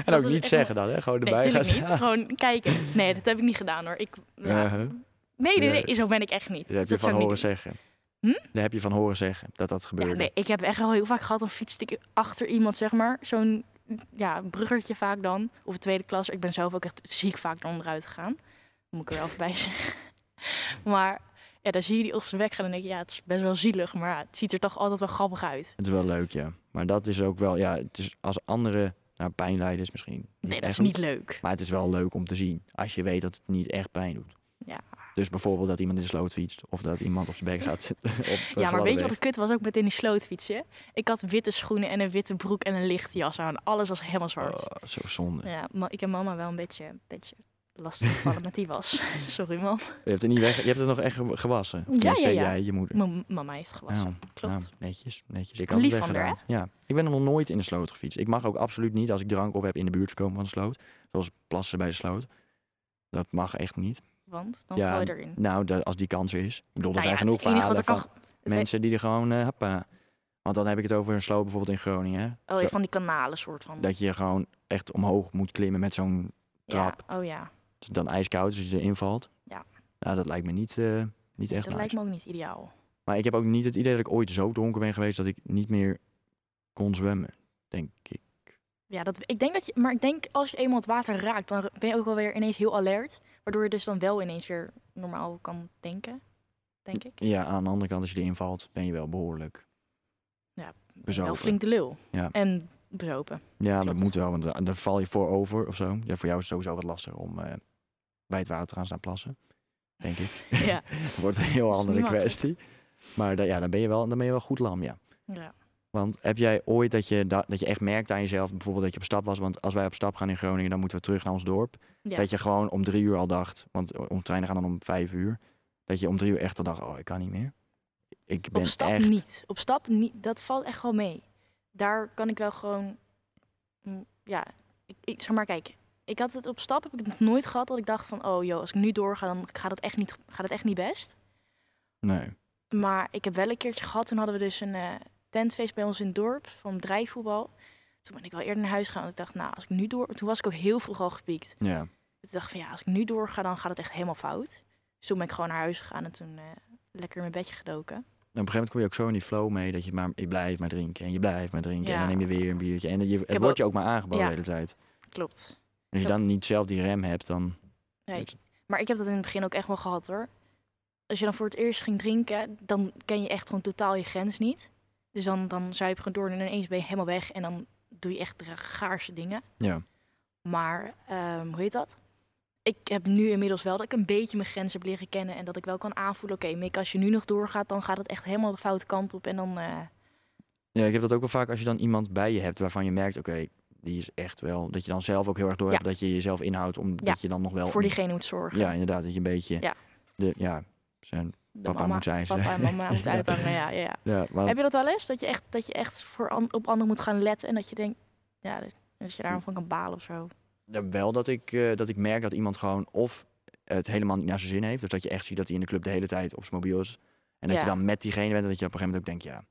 S1: En ook
S2: was
S1: niet
S2: echt
S1: zeggen dan, hè? Gewoon
S2: Nee,
S1: erbij gaan
S2: natuurlijk niet.
S1: staan.
S2: Gewoon kijken. Nee, dat heb ik niet gedaan hoor. Ik, nou,
S1: Uh-huh.
S2: nee, nee,
S1: [laughs] Ja.
S2: nee, zo ben ik echt niet.
S1: Dat heb je
S2: Dat
S1: van
S2: zou ik
S1: horen
S2: niet
S1: zeggen.
S2: doen. Hm?
S1: Daar heb je van horen zeggen dat dat gebeurde.
S2: Ja, nee, ik heb echt wel heel vaak gehad, dan fietste ik achter iemand, zeg maar. Zo'n ja, bruggertje vaak dan. Of een tweede klas. Ik ben zelf ook echt ziek vaak onderuit gegaan. Moet ik er wel even bij [laughs] zeggen. Maar ja, dan zie je die op zijn weg gaan en denk je, ja, het is best wel zielig. Maar ja, het ziet er toch altijd wel grappig uit.
S1: Het is wel leuk, ja. Maar dat is ook wel, ja, het is als anderen nou, pijn lijden is misschien. niet
S2: Nee, dat is
S1: echt,
S2: niet leuk.
S1: Maar het is wel leuk om te zien. Als je weet dat het niet echt pijn doet.
S2: Ja.
S1: Dus bijvoorbeeld dat iemand in de sloot fietst. Of dat iemand op zijn bek
S2: [laughs]
S1: gaat. op een
S2: Ja, maar
S1: gladde
S2: weet je
S1: weg.
S2: wat het kut was ook met in die slootfietsen? Ik had witte schoenen en een witte broek en een lichte jas aan. Alles was helemaal zwart.
S1: Oh, zo zonde.
S2: Ja, ma- ik heb mama wel een beetje, een beetje lastig gevallen met die
S1: [laughs]
S2: was. Sorry, mam.
S1: Je hebt het niet weg, je hebt het nog echt ge- gewassen. Of
S2: Ja,
S1: tenminste,
S2: ja,
S1: deed
S2: ja.
S1: jij je moeder.
S2: Mijn mama heeft gewassen.
S1: Nou,
S2: Klopt.
S1: nou, netjes, netjes. Ik had het
S2: Lief van haar,
S1: weggedaan. Ja, ik ben nog nooit in de sloot gefietst. Ik mag ook absoluut niet als ik drank op heb in de buurt komen van de sloot. Zoals plassen bij de sloot. Dat mag echt niet.
S2: Want dan
S1: Ja,
S2: val je erin.
S1: Nou, dat- als die kans er is. Ik bedoel, er
S2: Nou ja,
S1: zijn
S2: het
S1: genoeg
S2: enige
S1: verhalen
S2: wat er kan
S1: van
S2: ge- het
S1: mensen die er gewoon... eh, hoppa. Want dan heb ik het over een sloot bijvoorbeeld in Groningen. hè.
S2: Oh,
S1: Zo-
S2: ja, van die kanalen soort van.
S1: dat je gewoon echt omhoog moet klimmen met zo'n... trap.
S2: Ja, oh ja.
S1: het is Dan ijskoud dus als je erin valt.
S2: Ja.
S1: Nou, dat lijkt me niet, eh, niet echt
S2: dat
S1: nice.
S2: lijkt me ook niet ideaal.
S1: Maar ik heb ook niet het idee dat ik ooit zo dronken ben geweest dat ik niet meer kon zwemmen, denk ik.
S2: Ja, dat, ik denk dat je, maar ik denk als je eenmaal het water raakt, dan ben je ook wel weer ineens heel alert. Waardoor je dus dan wel ineens weer normaal kan denken, denk ik.
S1: Ja, aan de andere kant, als je erin valt, ben je wel behoorlijk
S2: Ja,
S1: bezopen.
S2: Wel flink de lul.
S1: Ja.
S2: En bezopen. [laughs]
S1: Ja, dat
S2: klopt.
S1: moet wel, want da- daar val je voor over of zo. Ja, voor jou is het sowieso wat lastig om eh, bij het water aan te staan plassen, denk ik. [laughs]
S2: Ja.
S1: Wordt een heel
S2: is
S1: andere
S2: niet makkelijk.
S1: kwestie. Maar da- ja, dan ben, je wel, dan ben je wel goed lam, ja.
S2: Ja.
S1: Want heb jij ooit dat je, da- dat je echt merkt aan jezelf, bijvoorbeeld dat je op stap was? Want als wij op stap gaan in Groningen, dan moeten we terug naar ons dorp.
S2: ja.
S1: Dat je gewoon om drie uur al dacht, want om treinen gaan dan om vijf uur. Dat je om drie uur echt al dacht, oh, ik kan niet meer. Ik ben
S2: Op stap
S1: echt...
S2: niet. Op stap niet. Dat valt echt wel mee. Daar kan ik wel gewoon... mm, Ja, ik, ik, zeg maar, kijk. Ik had het op stap, heb ik het nog nooit gehad, dat ik dacht van... Oh joh, als ik nu doorga, dan gaat het echt niet, gaat het echt niet best.
S1: Nee.
S2: Maar ik heb wel een keertje gehad, toen hadden we dus een eh, tentfeest bij ons in het dorp van bedrijfvoetbal. Toen ben ik wel eerder naar huis gegaan, want ik dacht, nou, als ik nu door... Toen was ik ook heel vroeg al gepiekt.
S1: Ja.
S2: Toen dacht ik van ja, als ik nu doorga, dan gaat het echt helemaal fout. Dus toen ben ik gewoon naar huis gegaan en toen eh, lekker in mijn bedje gedoken.
S1: En op een gegeven moment kom je ook zo in die flow mee dat je maar, je blijft maar drinken en je blijft maar drinken en
S2: Ja.
S1: dan neem je weer een biertje. En je, het
S2: heb
S1: wordt je
S2: ook-
S1: ook maar aangeboden
S2: Ja.
S1: de hele tijd.
S2: Klopt.
S1: En als je
S2: Klopt.
S1: dan niet zelf die rem hebt, dan...
S2: Nee. Maar ik heb dat in het begin ook echt wel gehad hoor. Als je dan voor het eerst ging drinken, dan ken je echt gewoon totaal je grens niet. Dus dan, dan zuip je gewoon door en ineens ben je helemaal weg. En dan doe je echt gaarse dingen.
S1: Ja.
S2: Maar, ehm, hoe heet dat? Ik heb nu inmiddels wel dat ik een beetje mijn grens heb leren kennen. En dat ik wel kan aanvoelen, oké Mick, als je nu nog doorgaat, dan gaat het echt helemaal de foute kant op. En dan, eh,
S1: Ja, ik heb dat ook wel vaak als je dan iemand bij je hebt waarvan je merkt, oké, die is echt wel... Dat je dan zelf ook heel erg door hebt dat je jezelf inhoudt omdat
S2: Ja.
S1: je dan nog wel...
S2: voor diegene moet zorgen.
S1: Ja, inderdaad, dat je een beetje...
S2: Ja.
S1: De, ja, zijn
S2: De
S1: papa
S2: mama,
S1: moet zijn. ze.
S2: papa en
S1: [laughs]
S2: mama moet
S1: Ja.
S2: uithangen, ja, ja, ja.
S1: Ja, want-
S2: Heb je dat wel eens? Dat je echt, dat je echt voor an- op anderen moet gaan letten en dat je denkt, ja, dat- dat je daarvan kan balen of zo.
S1: Ja, wel dat ik, eh, dat ik merk dat iemand gewoon of het helemaal niet naar zijn zin heeft. Dus dat je echt ziet dat hij in de club de hele tijd op zijn mobiel is. En dat je
S2: Ja.
S1: dan met diegene bent en dat je op een gegeven moment ook denkt, ja,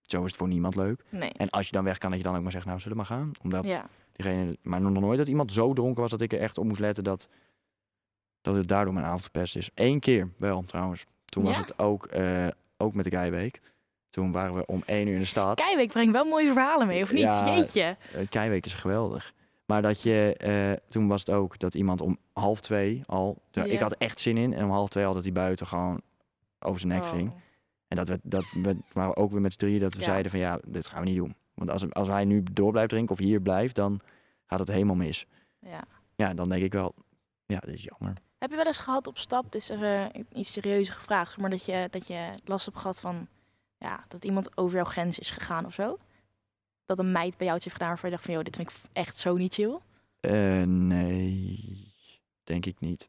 S1: zo is het voor niemand leuk.
S2: Nee.
S1: En als je dan weg kan, dat je dan ook maar zegt, nou, zullen we maar gaan. Omdat
S2: Ja.
S1: diegene, maar nog nooit dat iemand zo dronken was dat ik er echt op moest letten dat, dat het daardoor mijn avond verpest is. Eén keer wel, trouwens. Toen was
S2: Ja?
S1: het ook, eh, ook met de Keiweek. Toen waren we om één uur in de stad.
S2: Keiweek brengt wel mooie verhalen mee, of niet?
S1: Ja.
S2: Jeetje.
S1: Eh, Keiweek is geweldig. Maar dat je, eh, toen was het ook dat iemand om half twee al... ja,
S2: Ja.
S1: Ik had echt zin in. En om half twee al dat hij buiten gewoon over zijn nek
S2: Oh.
S1: ging. En dat we, dat we maar ook weer met z'n drieën dat we
S2: Ja.
S1: zeiden van ja, dit gaan we niet doen. Want als, als hij nu door blijft drinken of hier blijft, dan gaat het helemaal mis.
S2: Ja.
S1: Ja, dan denk ik wel, ja, dit is jammer.
S2: Heb je wel eens gehad op stap, dit is even een iets serieuze gevraagd, maar dat je, dat je last hebt gehad van, ja, dat iemand over jouw grens is gegaan of zo? Dat een meid bij jou iets heeft gedaan waarvan je dacht van, joh, dit vind ik echt zo niet chill.
S1: Eh, nee, denk ik niet.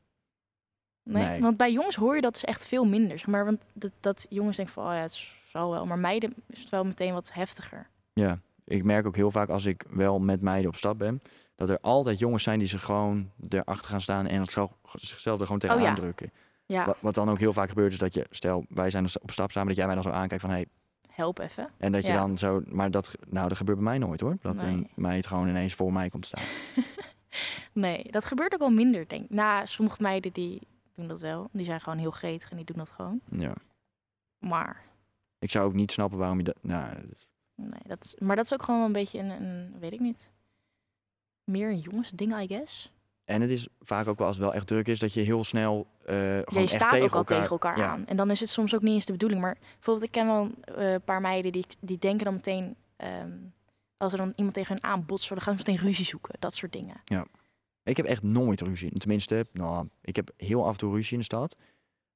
S2: Nee,
S1: Nee.
S2: want bij jongens hoor je dat is echt veel minder. Zeg maar, want dat, dat jongens denken van, oh ja, het zal wel. Maar meiden is het wel meteen wat heftiger.
S1: Ja, ik merk ook heel vaak als ik wel met meiden op stap ben, dat er altijd jongens zijn die ze gewoon erachter gaan staan en het zelf- zichzelf er gewoon tegenaan
S2: Oh ja.
S1: drukken.
S2: Ja,
S1: Wa- Wat dan ook heel vaak gebeurt is dat je, stel wij zijn dus op stap samen, dat jij mij dan zo aankijkt van hey,
S2: help even.
S1: en dat je
S2: Ja.
S1: dan zo, maar dat, nou dat gebeurt bij mij nooit hoor. Dat
S2: Nee.
S1: een meid gewoon ineens voor mij komt staan.
S2: Nee, dat gebeurt ook wel minder, denk ik. Nou, sommige meiden die doen dat wel. Die zijn gewoon heel gretig en die doen dat gewoon.
S1: Ja.
S2: Maar,
S1: Ik zou ook niet snappen waarom je dat, nou, dat is-
S2: nee, dat, is- maar dat is ook gewoon een beetje een, een weet ik niet, meer een jongensding, I guess.
S1: en het is vaak ook wel als het wel echt druk is, dat je heel snel eh gewoon
S2: Ja, je
S1: echt
S2: staat
S1: tegen
S2: ook al
S1: elkaar,
S2: tegen elkaar
S1: ja.
S2: aan. En dan is het soms ook niet eens de bedoeling. Maar bijvoorbeeld, ik ken wel eh, een paar meiden die, die denken dan meteen... ehm, als er dan iemand tegen hun aanbotst, dan gaan ze meteen ruzie zoeken. Dat soort dingen.
S1: Ik heb echt nooit ruzie. Tenminste, nou, ik heb heel af en toe ruzie in de stad.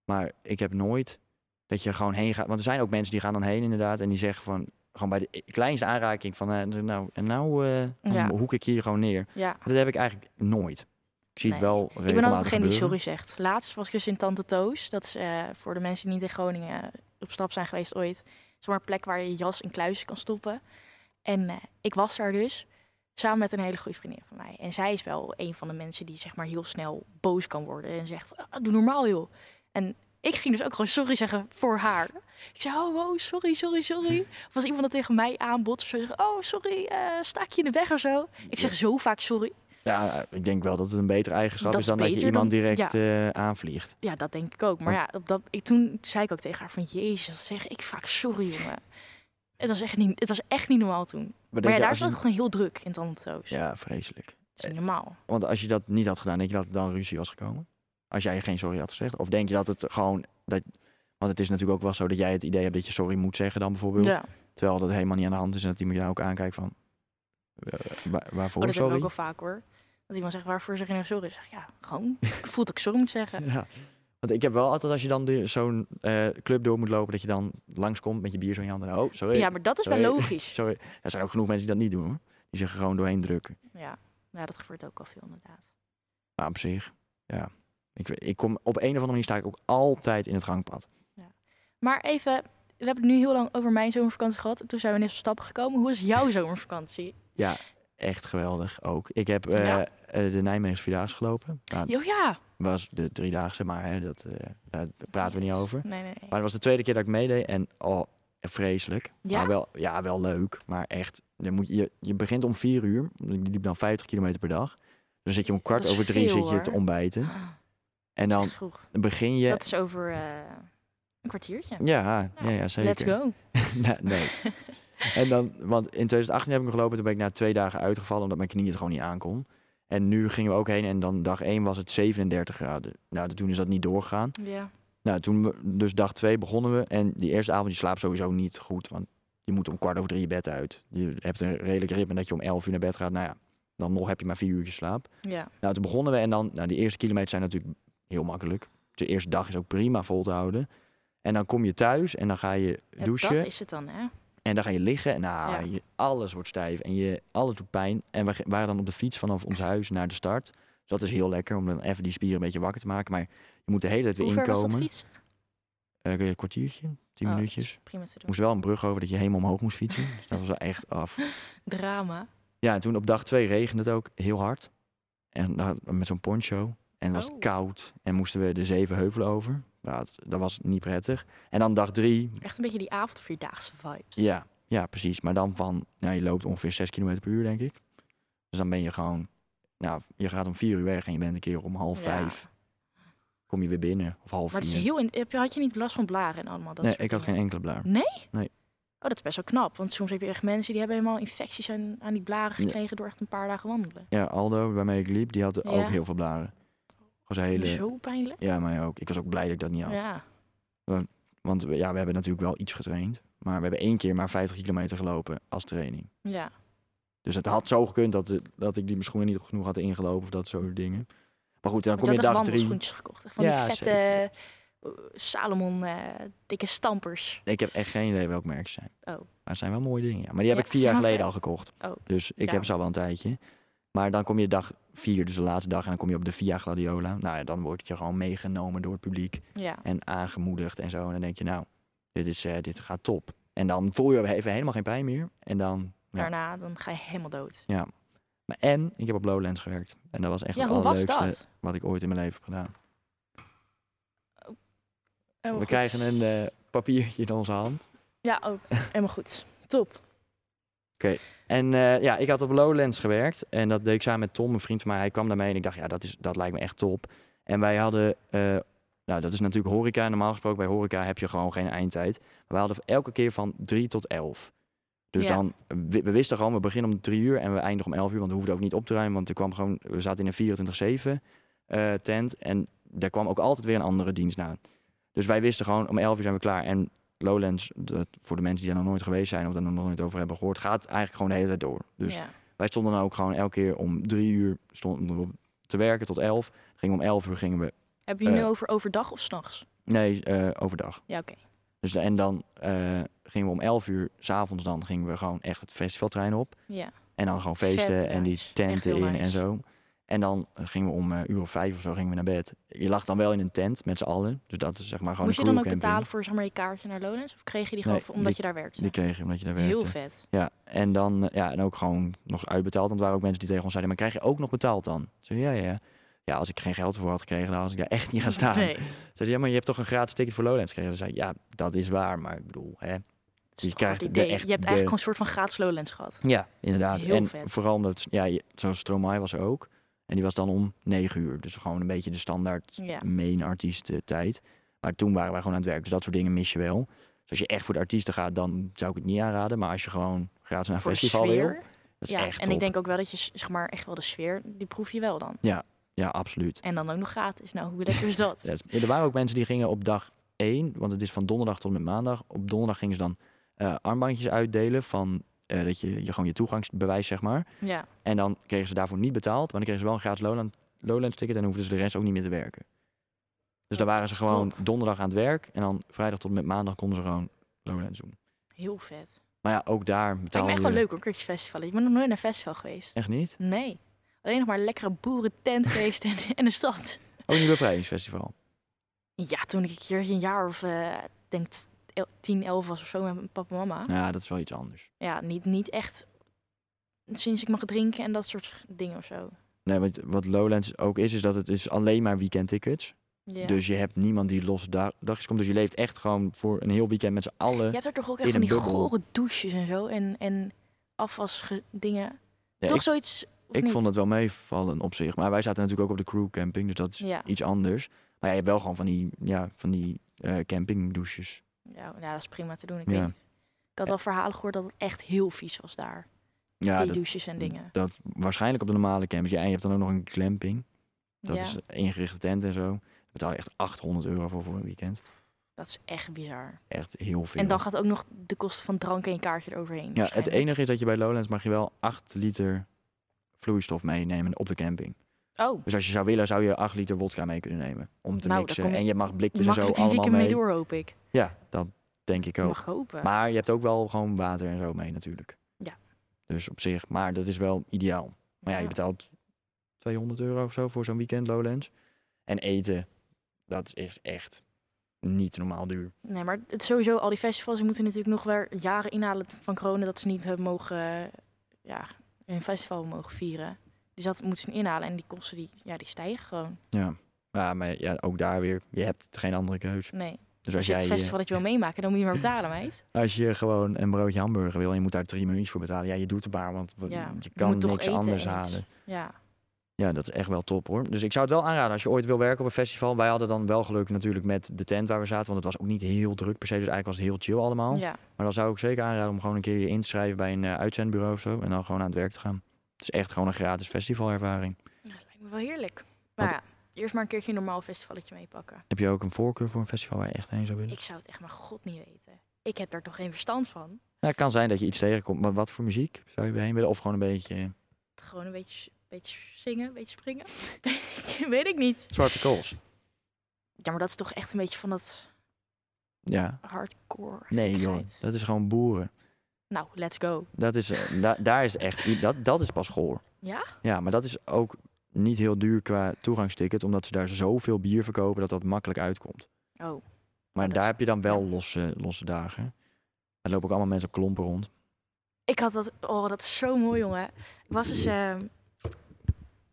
S1: Maar ik heb nooit dat je gewoon heen gaat. Want er zijn ook mensen die gaan dan heen inderdaad. En die zeggen van, gewoon bij de kleinste aanraking van... eh, nou, en nou eh, dan
S2: Ja.
S1: hoek ik hier gewoon neer.
S2: Ja.
S1: Dat heb ik eigenlijk nooit. Ik zie het
S2: Nee.
S1: wel regelmatig
S2: Ik ben altijd degene die
S1: gebeuren.
S2: sorry zegt. Laatst was ik dus in Tante Toos. Dat is eh, voor de mensen die niet in Groningen eh, op stap zijn geweest ooit. Zomaar een plek waar je je jas in kluisjes kan stoppen. En eh, ik was daar dus samen met een hele goede vriendin van mij. En zij is wel een van de mensen die zeg maar heel snel boos kan worden. En zegt, van, "Ah, doe normaal joh. En ik ging dus ook gewoon sorry zeggen voor haar. Ik zei, oh wow, sorry, sorry, sorry.
S1: [laughs]
S2: Of als iemand dat tegen mij aanbod of zo, zeggen, oh sorry, eh, sta ik je in de weg of zo. Ik zeg zo vaak sorry.
S1: Ja, eh, ik denk wel dat het een betere eigenschap
S2: Dat
S1: is
S2: is
S1: dan dat je
S2: beter
S1: iemand
S2: dan-
S1: direct eh, aanvliegt.
S2: Ja, dat denk ik ook.
S1: Oh.
S2: Maar ja, op dat, ik, toen zei ik ook tegen haar van... Jezus, zeg ik vaak sorry, jongen. Het was echt niet, het was echt niet normaal toen.
S1: Maar,
S2: Maar
S1: denk
S2: ja,
S1: je,
S2: daar
S1: als
S2: is het
S1: je-
S2: gewoon heel druk in Tandentoos. Ja.
S1: Ja, vreselijk.
S2: Het is niet normaal.
S1: Want als je dat niet had gedaan, denk je dat er dan ruzie was gekomen? Als jij geen sorry had gezegd? Of denk je dat het gewoon... Dat, want het is natuurlijk ook wel zo dat jij het idee hebt dat je sorry moet zeggen dan bijvoorbeeld.
S2: Ja. Oh,
S1: Terwijl dat helemaal niet aan de hand is en dat iemand jou ook aankijkt van... eh, wa- waarvoor
S2: Oh, dat heb ik
S1: sorry?
S2: ook wel vaak, hoor. Dat iemand zegt, waarvoor zeg je nou sorry? Ik zeg, ja,
S1: [laughs]
S2: gewoon. Ik voel dat ik sorry moet zeggen.
S1: Ja. Want ik heb wel altijd als je dan die- zo'n eh, club door moet lopen, dat je dan langskomt met je bier zo in je handen. en, Oh, sorry.
S2: Ja, maar dat is wel
S1: Sorry. [laughs]
S2: logisch.
S1: sorry. Er zijn ook genoeg mensen die dat niet doen hoor. Die zich er gewoon doorheen drukken.
S2: Ja. ja, dat gebeurt ook al veel inderdaad.
S1: Maar op zich, ja. Ik, weet- ik kom, op een of andere manier sta ik ook altijd in het gangpad.
S2: Maar even, we hebben het nu heel lang over mijn zomervakantie gehad. Toen zijn we net op stappen gekomen. Hoe was jouw
S1: [laughs]
S2: zomervakantie?
S1: Echt geweldig ook. Ik heb eh,
S2: Ja.
S1: eh, de Nijmeegse Vierdaagse gelopen. Nou,
S2: Jo, ja.
S1: was de driedaagse, maar hè, dat, eh, daar praten we niet over.
S2: Nee, nee, nee.
S1: Maar het was de tweede keer dat ik meedeed en oh, vreselijk.
S2: Ja?
S1: Maar wel, ja, wel leuk, maar echt. Dan moet je, je, je begint om vier uur, je liep dan 50 kilometer per dag. Dan zit je om kwart
S2: Dat is
S1: over drie
S2: veel,
S1: zit je te
S2: hoor.
S1: ontbijten.
S2: Ah,
S1: En
S2: het is
S1: dan
S2: echt vroeg.
S1: begin je...
S2: Dat is over eh, een kwartiertje.
S1: Ja, ja, ja, zeker.
S2: Let's go.
S1: [laughs] nee, nee. En dan, want in 2018 heb ik hem gelopen, toen ben ik na twee dagen uitgevallen, omdat mijn knie het gewoon niet aankon. En nu gingen we ook heen en dan dag één was het 37 graden. Nou, toen is dat niet doorgegaan.
S2: Ja.
S1: Nou, toen, we- dus dag twee begonnen we. En die eerste avond, je slaapt sowieso niet goed. Want je moet om kwart over drie je bed uit. Je hebt een redelijk ritme dat je om elf uur naar bed gaat. Nou ja, dan nog heb je maar vier uurtjes slaap.
S2: ja.
S1: Nou, toen begonnen we en dan... Nou, die eerste kilometers zijn natuurlijk heel makkelijk. Dus De eerste dag is ook prima vol te houden. En dan kom je thuis en dan ga je
S2: Ja,
S1: douchen.
S2: Dat is het dan, hè?
S1: En dan ga je liggen. En nou,
S2: Ja.
S1: je, alles wordt stijf. En je, alles doet pijn. En we ge- waren dan op de fiets vanaf ons huis naar de start. Dus dat is heel lekker om dan even die spieren een beetje wakker te maken. Maar je moet de hele tijd weer
S2: Hoe ver was
S1: inkomen.
S2: dat fietsen?
S1: Eh, een kwartiertje, tien
S2: Oh,
S1: minuutjes.
S2: dat is Prima te doen.
S1: Moest wel een brug over dat je helemaal omhoog moest fietsen. dus dat was wel echt af.
S2: Drama.
S1: Ja, en toen op dag twee regende het ook heel hard. En daar- met zo'n poncho. En was het
S2: Oh.
S1: koud. En moesten we de zeven heuvelen over. Ja, het- dat was niet prettig. En dan dag drie.
S2: Echt een beetje die avondvierdaagse vibes.
S1: Ja, ja precies. Maar dan van, nou, je loopt ongeveer zes kilometer per uur, denk ik. Dus dan ben je gewoon, nou, je gaat om vier uur weg en je bent een keer om half
S2: Ja.
S1: vijf. Kom je weer binnen. Of half
S2: Maar het is
S1: vier.
S2: heel in- heb je- had je niet last van blaren en allemaal dat
S1: nee,
S2: soort
S1: ik had
S2: dingen?
S1: geen enkele blaar.
S2: Oh, dat is best wel knap. Want soms heb je echt mensen die hebben helemaal infecties aan, aan die blaren
S1: Ja.
S2: gekregen door echt een paar dagen wandelen.
S1: Ja, Aldo, waarmee ik liep, die had ook
S2: Ja.
S1: heel veel blaren. Was een hele...
S2: Zo pijnlijk.
S1: Ja, mij ook. Ik was ook blij dat ik dat niet had.
S2: Ja.
S1: Want we, ja, we hebben natuurlijk wel iets getraind. Maar we hebben één keer maar 50 kilometer gelopen als training.
S2: Ja.
S1: Dus het had zo gekund dat, het- dat ik die mijn schoenen niet goed genoeg had ingelopen of dat soort dingen. Maar goed, dan
S2: Ik
S1: kom je
S2: had echt
S1: dag drie.
S2: wandelschoentjes gekocht. Echt Van
S1: Ja,
S2: die vette eh, Salomon eh, dikke stampers.
S1: Ik heb echt geen idee welk merk ze zijn.
S2: Oh.
S1: Maar het zijn wel mooie dingen. Ja. Maar die heb
S2: Ja,
S1: ik vier
S2: ze
S1: jaar
S2: zijn wel
S1: geleden al
S2: vet.
S1: gekocht.
S2: Oh.
S1: Dus ik
S2: Ja.
S1: heb ze al wel een tijdje. Maar dan kom je dag vier, dus de laatste dag, en dan kom je op de Via Gladiola. Nou ja, dan word je gewoon meegenomen door het publiek.
S2: Ja.
S1: en aangemoedigd en zo. En dan denk je, nou, dit, is, eh, dit gaat top. En dan voel je even helemaal geen pijn meer. En dan,
S2: Daarna dan ga je helemaal dood.
S1: maar en ik heb op Lowlands gewerkt. En dat was echt
S2: Ja,
S1: het
S2: hoe was
S1: allerleukste
S2: dat?
S1: wat ik ooit in mijn leven heb gedaan. We
S2: Helemaal goed.
S1: krijgen een eh, papiertje in onze hand.
S2: Ja, ook. Helemaal goed. Top.
S1: En eh, ja, ik had op Lowlands gewerkt. En dat deed ik samen met Tom, een vriend van mij. Hij kwam daarmee en ik dacht, ja, dat, is, dat lijkt me echt top. En wij hadden, eh, nou, dat is natuurlijk horeca. Normaal gesproken bij horeca heb je gewoon geen eindtijd. Maar wij hadden elke keer van 3 tot 11. Dus
S2: Ja.
S1: dan, we, we wisten gewoon, we beginnen om 3 uur en we eindigen om 11 uur. Want we hoefden ook niet op te ruimen, want er kwam gewoon, we zaten in een 24-7 eh, tent. En daar kwam ook altijd weer een andere dienst na. Dus wij wisten gewoon, om 11 uur zijn we klaar. En Lowlands, dat, voor de mensen die daar nog nooit geweest zijn of daar nog nooit over hebben gehoord, gaat eigenlijk gewoon de hele tijd door. Dus
S2: Ja.
S1: wij stonden dan ook gewoon elke keer om drie uur stonden we te werken tot elf. Gingen om elf uur gingen we,
S2: Heb je nu
S1: eh,
S2: over overdag of s'nachts?
S1: nee, eh, overdag.
S2: Ja, oké.
S1: Dus, en dan eh, gingen we om elf uur, s'avonds dan, gingen we gewoon echt het festivaltrein op.
S2: Ja.
S1: En dan gewoon
S2: Vet
S1: feesten en die
S2: nice. Echt
S1: tenten
S2: heel
S1: in en
S2: nice.
S1: zo. En dan eh, gingen we om eh, uur of vijf of zo gingen we naar bed. Je lag dan wel in een tent met z'n allen. Dus dat is zeg maar gewoon
S2: Moest je
S1: een
S2: dan ook
S1: crewcamping.
S2: betalen voor zeg maar, je kaartje naar Lowlands? Of kreeg je die gewoon
S1: Nee,
S2: voor- omdat
S1: die-
S2: je daar werkte?
S1: Die kreeg je omdat je daar werkte.
S2: Heel vet.
S1: Ja, en dan eh, ja, en ook gewoon nog uitbetaald. Want er waren ook mensen die tegen ons zeiden: maar krijg je ook nog betaald dan? Ze ja, ja, ja. Ja, als ik geen geld voor had gekregen, dan was ik daar echt niet gaan staan.
S2: Nee,
S1: Ze zei, ja, maar je hebt toch een gratis ticket voor Lowlands gekregen? Ze zei, ja, dat is waar, maar ik bedoel, hè. Dus je krijgt
S2: Goed
S1: de
S2: idee.
S1: echt
S2: je hebt
S1: de-
S2: eigenlijk gewoon een soort van gratis Lowlands gehad.
S1: Ja, inderdaad.
S2: Heel
S1: en
S2: vet.
S1: vooral omdat, ja, je- zo'n Stromae was er ook. En die was dan om negen uur. Dus gewoon een beetje de standaard
S2: Ja.
S1: main artiest eh, tijd. Maar toen waren wij gewoon aan het werk. Dus dat soort dingen mis je wel. Dus als je echt voor de artiesten gaat, dan zou ik het niet aanraden. Maar als je gewoon gratis naar een
S2: Voor de
S1: festival wil,
S2: sfeer.
S1: dat is
S2: ja,
S1: echt
S2: en
S1: top.
S2: ik denk ook wel dat je zeg maar echt wel de sfeer, die proef je wel dan.
S1: Ja, absoluut.
S2: En dan ook nog gratis. Nou, hoe lekker is dat?
S1: [laughs] Ja, het is- er waren ook mensen die gingen op dag 1, want het is van donderdag tot en met maandag. Op donderdag gingen ze dan eh, armbandjes uitdelen van eh, dat je, je gewoon je toegangsbewijs, zeg maar.
S2: Ja,
S1: En dan kregen ze daarvoor niet betaald, maar dan kregen ze wel een gratis Lowland, Lowlands ticket en hoefden ze de rest ook niet meer te werken. Dus dan
S2: Oh,
S1: waren ze gewoon donderdag aan het werk en dan vrijdag tot en met maandag konden ze gewoon Lowlands doen.
S2: heel vet.
S1: Maar ja, ook daar
S2: Het lijkt
S1: betaalde
S2: me echt
S1: je...
S2: wel leuk hoor, een keertje festival. Ik ben nog nooit naar een festival geweest.
S1: Echt niet?
S2: Nee. Alleen nog maar een lekkere boerentent geweest [laughs] en, en een stad.
S1: Ook niet bevrijdingsfestival.
S2: Ja, toen ik een keertje een jaar of, eh, ik denk t- el- 10, 11 was of zo met mijn papa en mama.
S1: Ja, dat is wel iets anders.
S2: Ja, niet, niet echt sinds ik mag drinken en dat soort dingen of zo.
S1: Nee, want wat Lowlands ook is, is dat het is alleen maar weekendtickets.
S2: Ja.
S1: Dus je hebt niemand die los dag, dagjes komt. Dus je leeft echt gewoon voor een heel weekend met z'n allen.
S2: Je hebt er toch ook
S1: in
S2: echt van
S1: een
S2: die
S1: bubbel.
S2: gore douches en zo. En, en afwasdingen.
S1: Ja,
S2: toch
S1: ik
S2: zoiets? of
S1: ik
S2: niet?
S1: vond het wel meevallen op zich. Maar wij zaten natuurlijk ook op de crewcamping, dus dat is
S2: Ja.
S1: iets anders. Maar ja, je hebt wel gewoon van die, ja, van die eh campingdouches.
S2: Ja, nou, dat is prima te doen. Ik
S1: Ja.
S2: weet niet. Ik had al verhalen gehoord dat het echt heel vies was daar.
S1: Ja,
S2: die
S1: dat, mm,
S2: douches en dingen.
S1: dat waarschijnlijk op de normale campings. Ja, en je hebt dan ook nog een glamping. Dat
S2: ja,
S1: is een ingerichte tent en zo. Daar betaal je echt 800 euro voor voor een weekend.
S2: dat is echt bizar.
S1: Echt heel veel.
S2: En dan gaat ook nog de kosten van drank en je kaartje eroverheen.
S1: ja, het
S2: waarschijnlijk.
S1: enige is dat je bij Lowlands mag je wel 8 liter vloeistof meenemen op de camping.
S2: Oh,
S1: Dus als je zou willen, zou je 8 liter wodka mee kunnen nemen. Om te
S2: Nou, daar
S1: mixen.
S2: kom je
S1: En je mag blikjes en zo
S2: makkelijk die
S1: allemaal
S2: weekend
S1: mee.
S2: mee door, hoop ik.
S1: Ja, dat denk ik ook.
S2: Mag hopen.
S1: Maar je hebt ook wel gewoon water en zo mee natuurlijk.
S2: Ja.
S1: Dus op zich, maar dat is wel ideaal. Maar ja, je
S2: Ja.
S1: betaalt 200 euro of zo voor zo'n weekend Lowlands. En eten, dat is echt niet normaal duur.
S2: Nee, maar het, sowieso, al die festivals die moeten natuurlijk nog weer jaren inhalen van corona dat ze niet hebben mogen, eh, ja, hun festival mogen vieren. Dus dat moeten ze inhalen en die kosten die, ja, die stijgen gewoon.
S1: Ja. Ja, maar ja, ook daar weer, je hebt geen andere keuze.
S2: Nee,
S1: Dus
S2: als
S1: als
S2: je het
S1: jij, eh,
S2: festival dat je wil meemaken, dan moet je maar
S1: [laughs]
S2: betalen, meid.
S1: als je gewoon een broodje hamburger wil en je moet daar drie muntjes voor betalen, ja, je doet het maar, want w-
S2: Ja,
S1: je
S2: je
S1: kan
S2: moet toch
S1: niks
S2: eten
S1: anders
S2: en iets.
S1: halen.
S2: Ja,
S1: Ja, dat is echt wel top hoor. Dus ik zou het wel aanraden als je ooit wil werken op een festival. Wij hadden dan wel geluk natuurlijk met de tent waar we zaten. Want het was ook niet heel druk per se. Dus eigenlijk was het heel chill allemaal.
S2: ja.
S1: Maar dan zou ik zeker aanraden om gewoon een keer je in te schrijven bij een eh, uitzendbureau of zo. En dan gewoon aan het werk te gaan. Het is echt gewoon een gratis festivalervaring.
S2: Ja, dat lijkt me wel heerlijk. Maar
S1: Want-
S2: ja, eerst maar een keertje een normaal festivalletje meepakken.
S1: Heb je ook een voorkeur voor een festival waar je echt heen zou willen?
S2: Ik zou het echt maar god niet weten. Ik heb daar toch geen verstand van.
S1: Nou, het kan zijn dat je iets tegenkomt. Maar wat voor muziek zou je heen willen? Of gewoon een beetje
S2: Gewoon een beetje, beetje zingen, een beetje springen. [laughs] Weet ik- Weet ik niet.
S1: zwarte kools?
S2: Ja, maar dat is toch echt een beetje van dat
S1: Ja.
S2: hardcore.
S1: Nee joh,
S2: gekkigheid.
S1: dat is gewoon boeren.
S2: Nou, let's go.
S1: Dat is, eh, da- daar is echt, i- dat, dat is pas goor.
S2: Ja?
S1: Ja, maar dat is ook niet heel duur qua toegangsticket, omdat ze daar zoveel bier verkopen dat dat makkelijk uitkomt.
S2: Oh.
S1: Maar
S2: dat
S1: daar
S2: is-
S1: heb je dan wel losse, losse dagen. Er lopen ook allemaal mensen op klompen rond.
S2: Ik had dat... Oh, dat is zo mooi, jongen. Ik was dus... ehm,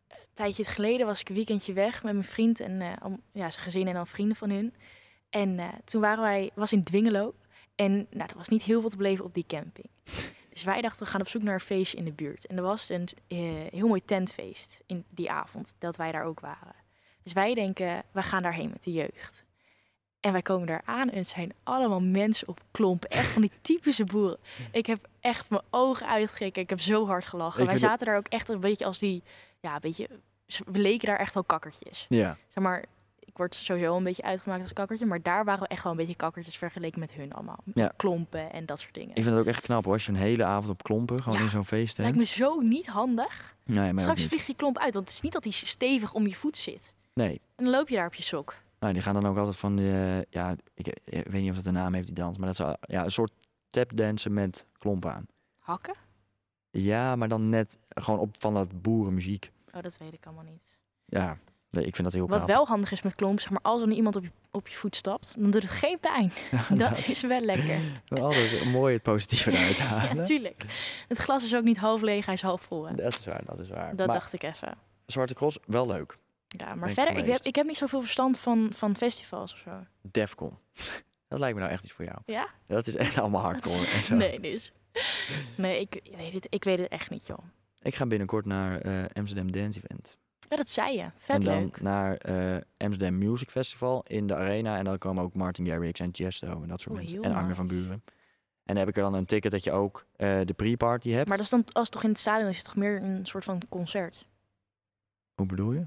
S2: een tijdje geleden was ik een weekendje weg met mijn vriend en eh, al- ja, zijn gezin en dan vrienden van hun. En eh, toen waren wij, was in Dwingelo. En nou, er was niet heel veel te beleven op die camping. Dus wij dachten, we gaan op zoek naar een feestje in de buurt. En er was een eh, heel mooi tentfeest in die avond, dat wij daar ook waren. Dus wij denken, we gaan daarheen met de jeugd. En wij komen daar aan en het zijn allemaal mensen op klompen. Echt van die typische boeren. Ik heb echt mijn ogen uitgekeken. Ik heb zo hard gelachen.
S1: Ik
S2: wij
S1: vind
S2: zaten daar ook echt een beetje als die... Ja, een beetje... We leken daar echt al kakkertjes
S1: Ja.
S2: zeg maar, ik word sowieso een beetje uitgemaakt als kakkertje, maar daar waren we echt wel een beetje kakkertjes vergeleken met hun allemaal. Met
S1: Ja.
S2: Klompen en dat soort dingen.
S1: Ik vind het ook echt knap hoor, als je een hele avond op klompen, gewoon
S2: Ja.
S1: in zo'n feesttent.
S2: Lijkt me zo niet handig.
S1: Nee, maar ook
S2: Straks
S1: niet.
S2: vliegt die klomp uit, want het is niet dat die stevig om je voet zit.
S1: Nee.
S2: En dan loop je daar op je sok.
S1: Nou, die gaan dan ook altijd van, eh, ja, ik, ik weet niet of dat een naam heeft die dans, maar dat is ja, een soort tapdansen met klompen aan.
S2: Hakken?
S1: Ja, maar dan net gewoon op van dat boerenmuziek.
S2: Oh, dat weet ik allemaal niet.
S1: Ja, nee, ik vind dat heel
S2: Wat
S1: knap.
S2: wel handig is met klomp, zeg maar, als er iemand op je, op je voet stapt, dan doet het geen
S1: [laughs]
S2: pijn. dat is wel lekker.
S1: wel... Altijd mooi het positieve eruit
S2: [laughs] Ja,
S1: halen.
S2: tuurlijk. Het glas is ook niet half leeg, hij is half vol. Hè?
S1: dat is waar, dat is waar.
S2: Dat
S1: maar
S2: dacht ik even.
S1: Zwarte Cross, wel leuk.
S2: Ja, maar
S1: Ben ik
S2: verder, ik heb,
S1: geweest.
S2: ik heb niet zoveel verstand van, van festivals of zo.
S1: Defcon. [laughs] dat lijkt me nou echt iets voor jou.
S2: Ja?
S1: Dat is echt allemaal hardcore en zo.
S2: [laughs] Nee, dus. Nee, ik weet, het, ik weet het echt niet, joh.
S1: Ik ga binnenkort naar eh, Amsterdam Dance Event.
S2: Ja, dat zei je. Vet
S1: en dan
S2: leuk.
S1: naar eh, Amsterdam Music Festival in de arena. En dan komen ook Martin Garrix en Chesto en dat soort
S2: Oh,
S1: mensen.
S2: heel
S1: En Armin
S2: nice.
S1: van Buren. En dan heb ik er dan een ticket dat je ook eh, de pre-party hebt.
S2: Maar dat is dan als het toch in het stadion is het toch meer een soort van concert.
S1: Hoe bedoel je?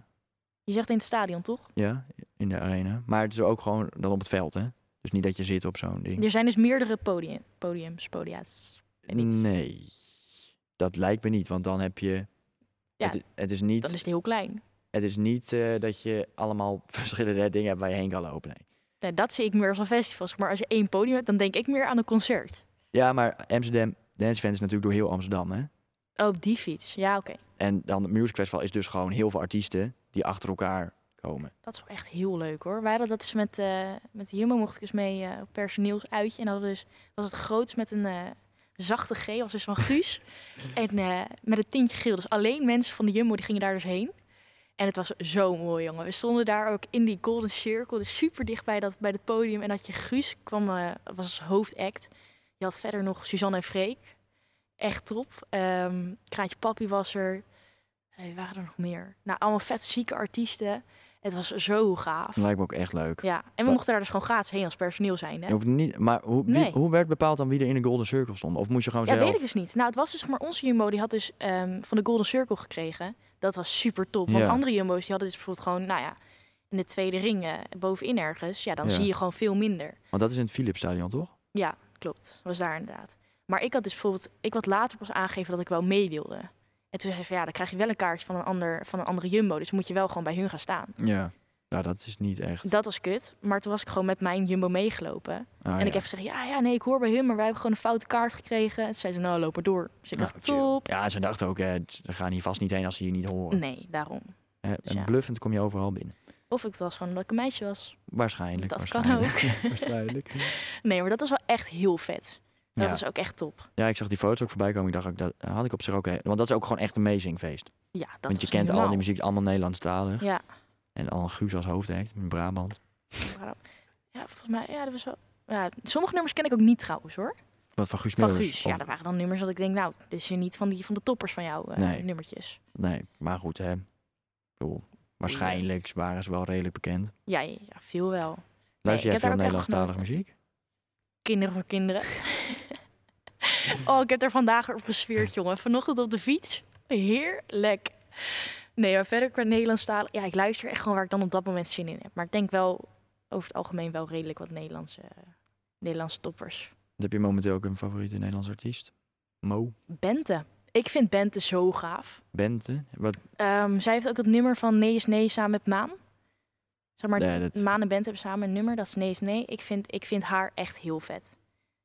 S2: Je zegt in het stadion, toch?
S1: Ja, in de arena. Maar het is ook gewoon dan op het veld, hè? Dus niet dat je zit op zo'n ding.
S2: Er zijn dus meerdere podium, podiums, podia's. weet niet.
S1: Nee, dat lijkt me niet. Want dan heb je...
S2: Ja,
S1: het, het is
S2: Dan
S1: niet,
S2: is het heel klein.
S1: het is niet eh, dat je allemaal [laughs] verschillende dingen hebt waar je heen kan lopen. Nee.
S2: Nee, dat zie ik meer als een festival. zeg Maar als je één podium hebt, dan denk ik meer aan een concert.
S1: Ja, maar Amsterdam Dance Event is natuurlijk door heel Amsterdam, hè?
S2: Oh, op die fiets. Ja, oké.
S1: En dan het Music Festival is dus gewoon heel veel artiesten die achter elkaar komen.
S2: Dat is wel echt heel leuk hoor. Wij hadden dat dus met, eh met de Jumbo mocht ik eens mee eh, op personeelsuitje. En hadden we dus, was het grootst met een eh, zachte G, was dus van Guus. en eh, met een tintje geel. Dus alleen mensen van de Jumbo die gingen daar dus heen. En het was zo mooi, jongen. We stonden daar ook in die golden circle, dus super dicht bij dat, bij dat podium. En dat je Guus kwam, eh, was als hoofdact. Je had verder nog Suzanne en Freek. Echt top. Ehm Kraantje Papi was er. Eh, wie waren er nog meer? Nou, allemaal vet zieke artiesten. Het was zo gaaf.
S1: Dat lijkt me ook echt leuk.
S2: Ja, en we
S1: Wat-
S2: mochten daar dus gewoon gratis heen als personeel zijn. Hè?
S1: Je hoeft niet, maar hoe, wie-
S2: Nee.
S1: hoe werd bepaald dan wie er in de Golden Circle stond? Of moest je gewoon
S2: Ja,
S1: zelf?
S2: weet ik dus niet. Nou, het was dus zeg maar onze Jumbo, die had dus ehm, van de Golden Circle gekregen. Dat was super top. Want
S1: Ja.
S2: andere Jumbo's die hadden dus bijvoorbeeld gewoon, nou ja, in de tweede ring eh, bovenin ergens. Ja, dan
S1: Ja.
S2: zie je gewoon veel minder.
S1: Want dat is in het Philipsstadion, toch?
S2: Ja, klopt. Was daar inderdaad. Maar ik had dus bijvoorbeeld, ik had later pas aangegeven dat ik wel mee wilde. En toen zei ze van ja, dan krijg je wel een kaartje van een, ander, van een andere Jumbo. Dus moet je wel gewoon bij hun gaan staan.
S1: Ja. Nou, dat is niet echt.
S2: Dat was kut. Maar toen was ik gewoon met mijn Jumbo meegelopen.
S1: Ah,
S2: en
S1: ja.
S2: ik heb gezegd, ja, ja, nee, ik hoor bij hun, maar wij hebben gewoon een foute kaart gekregen. En toen zei ze, nou, loop maar door. Dus ik
S1: Nou,
S2: dacht,
S1: chill.
S2: top.
S1: Ja, ze dachten ook, eh, ze gaan hier vast niet heen als ze hier niet horen.
S2: Nee, daarom.
S1: Eh, en
S2: ja.
S1: bluffend kom je overal binnen.
S2: Of ik was gewoon omdat ik een meisje was.
S1: Waarschijnlijk.
S2: Dat kan
S1: waarschijnlijk. [laughs] ook. waarschijnlijk.
S2: Nee, maar dat was wel echt heel vet. Dat
S1: Ja.
S2: is ook echt top.
S1: ja, ik zag die foto's ook voorbij komen. Ik dacht, ook, dat had ik op zich ook. eh, Want dat is ook gewoon echt een amazing feest.
S2: Ja, dat
S1: Want je
S2: was
S1: kent
S2: helemaal-
S1: al die muziek, allemaal Nederlandstalig.
S2: Ja.
S1: En al Guus als hoofdact in Brabant.
S2: Ja, volgens mij, ja, dat was wel... Ja, sommige nummers ken ik ook niet trouwens, hoor.
S1: Wat van Guus
S2: Van
S1: Meeuwis?
S2: Guus.
S1: Of-
S2: Ja, dat waren dan nummers dat ik denk, nou, dit is hier niet van, die, van de toppers van jouw eh,
S1: Nee.
S2: nummertjes.
S1: Nee, maar goed, hè. Ik bedoel, waarschijnlijk waren ze wel redelijk bekend.
S2: Ja, ja, ja, veel wel.
S1: Luister
S2: ik
S1: jij
S2: heb daar
S1: veel
S2: ook erg
S1: Nederlandstalige muziek?
S2: Kinderen voor kinderen. oh, ik heb er vandaag op gesfeerd, jongen. Vanochtend op de fiets. Heerlijk. Nee, maar verder qua Nederlandstalig... Ja, ik luister echt gewoon waar ik dan op dat moment zin in heb. Maar ik denk wel over het algemeen wel redelijk wat Nederlandse, Nederlandse toppers.
S1: Heb je momenteel ook een favoriete Nederlands artiest? Mo?
S2: Bente. Ik vind Bente zo gaaf.
S1: Bente? Wat?
S2: Ehm, zij heeft ook het nummer van Nee is Nee samen met Maan. Zeg maar,
S1: Nee, dat-
S2: Maan en Bente hebben samen een nummer. Dat is Nee is Nee. Ik vind, ik vind haar echt heel vet.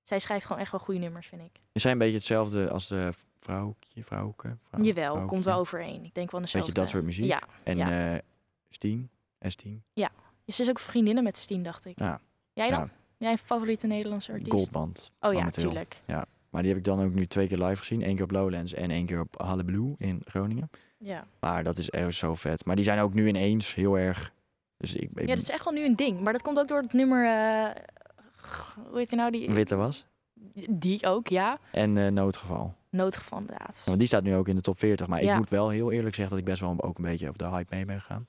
S2: Zij schrijft gewoon echt wel goede nummers, vind ik.
S1: Is zij een beetje hetzelfde als de vrouwtje, vrouwke? Vrouw,
S2: Jawel,
S1: vrouwtje?
S2: komt wel overeen. Ik denk wel aan
S1: Beetje
S2: dezelfde.
S1: dat soort muziek?
S2: Ja,
S1: En
S2: ja.
S1: eh Steen? S-Team?
S2: ze Dus is ook vriendinnen met Steen, dacht ik.
S1: Ja.
S2: Jij dan?
S1: Ja.
S2: Jij een favoriete Nederlandse artiest?
S1: Goldband.
S2: oh ja,
S1: momenteel.
S2: natuurlijk.
S1: Maar die heb ik dan ook nu twee keer live gezien. Eén keer op Lowlands en één keer op Halle Blue in Groningen.
S2: Ja.
S1: Maar dat is echt zo vet. Maar die zijn ook nu ineens heel erg Dus ik, ik
S2: Ja, dat is echt wel nu een ding. Maar dat komt ook door het nummer... eh, g- hoe heet die nou? Die,
S1: witte was.
S2: die ook, ja.
S1: En eh, noodgeval.
S2: Noodgeval inderdaad.
S1: Want die staat nu ook in de top 40. Maar ik
S2: Ja.
S1: moet wel heel eerlijk zeggen dat ik best wel ook een beetje op de hype mee ben gegaan.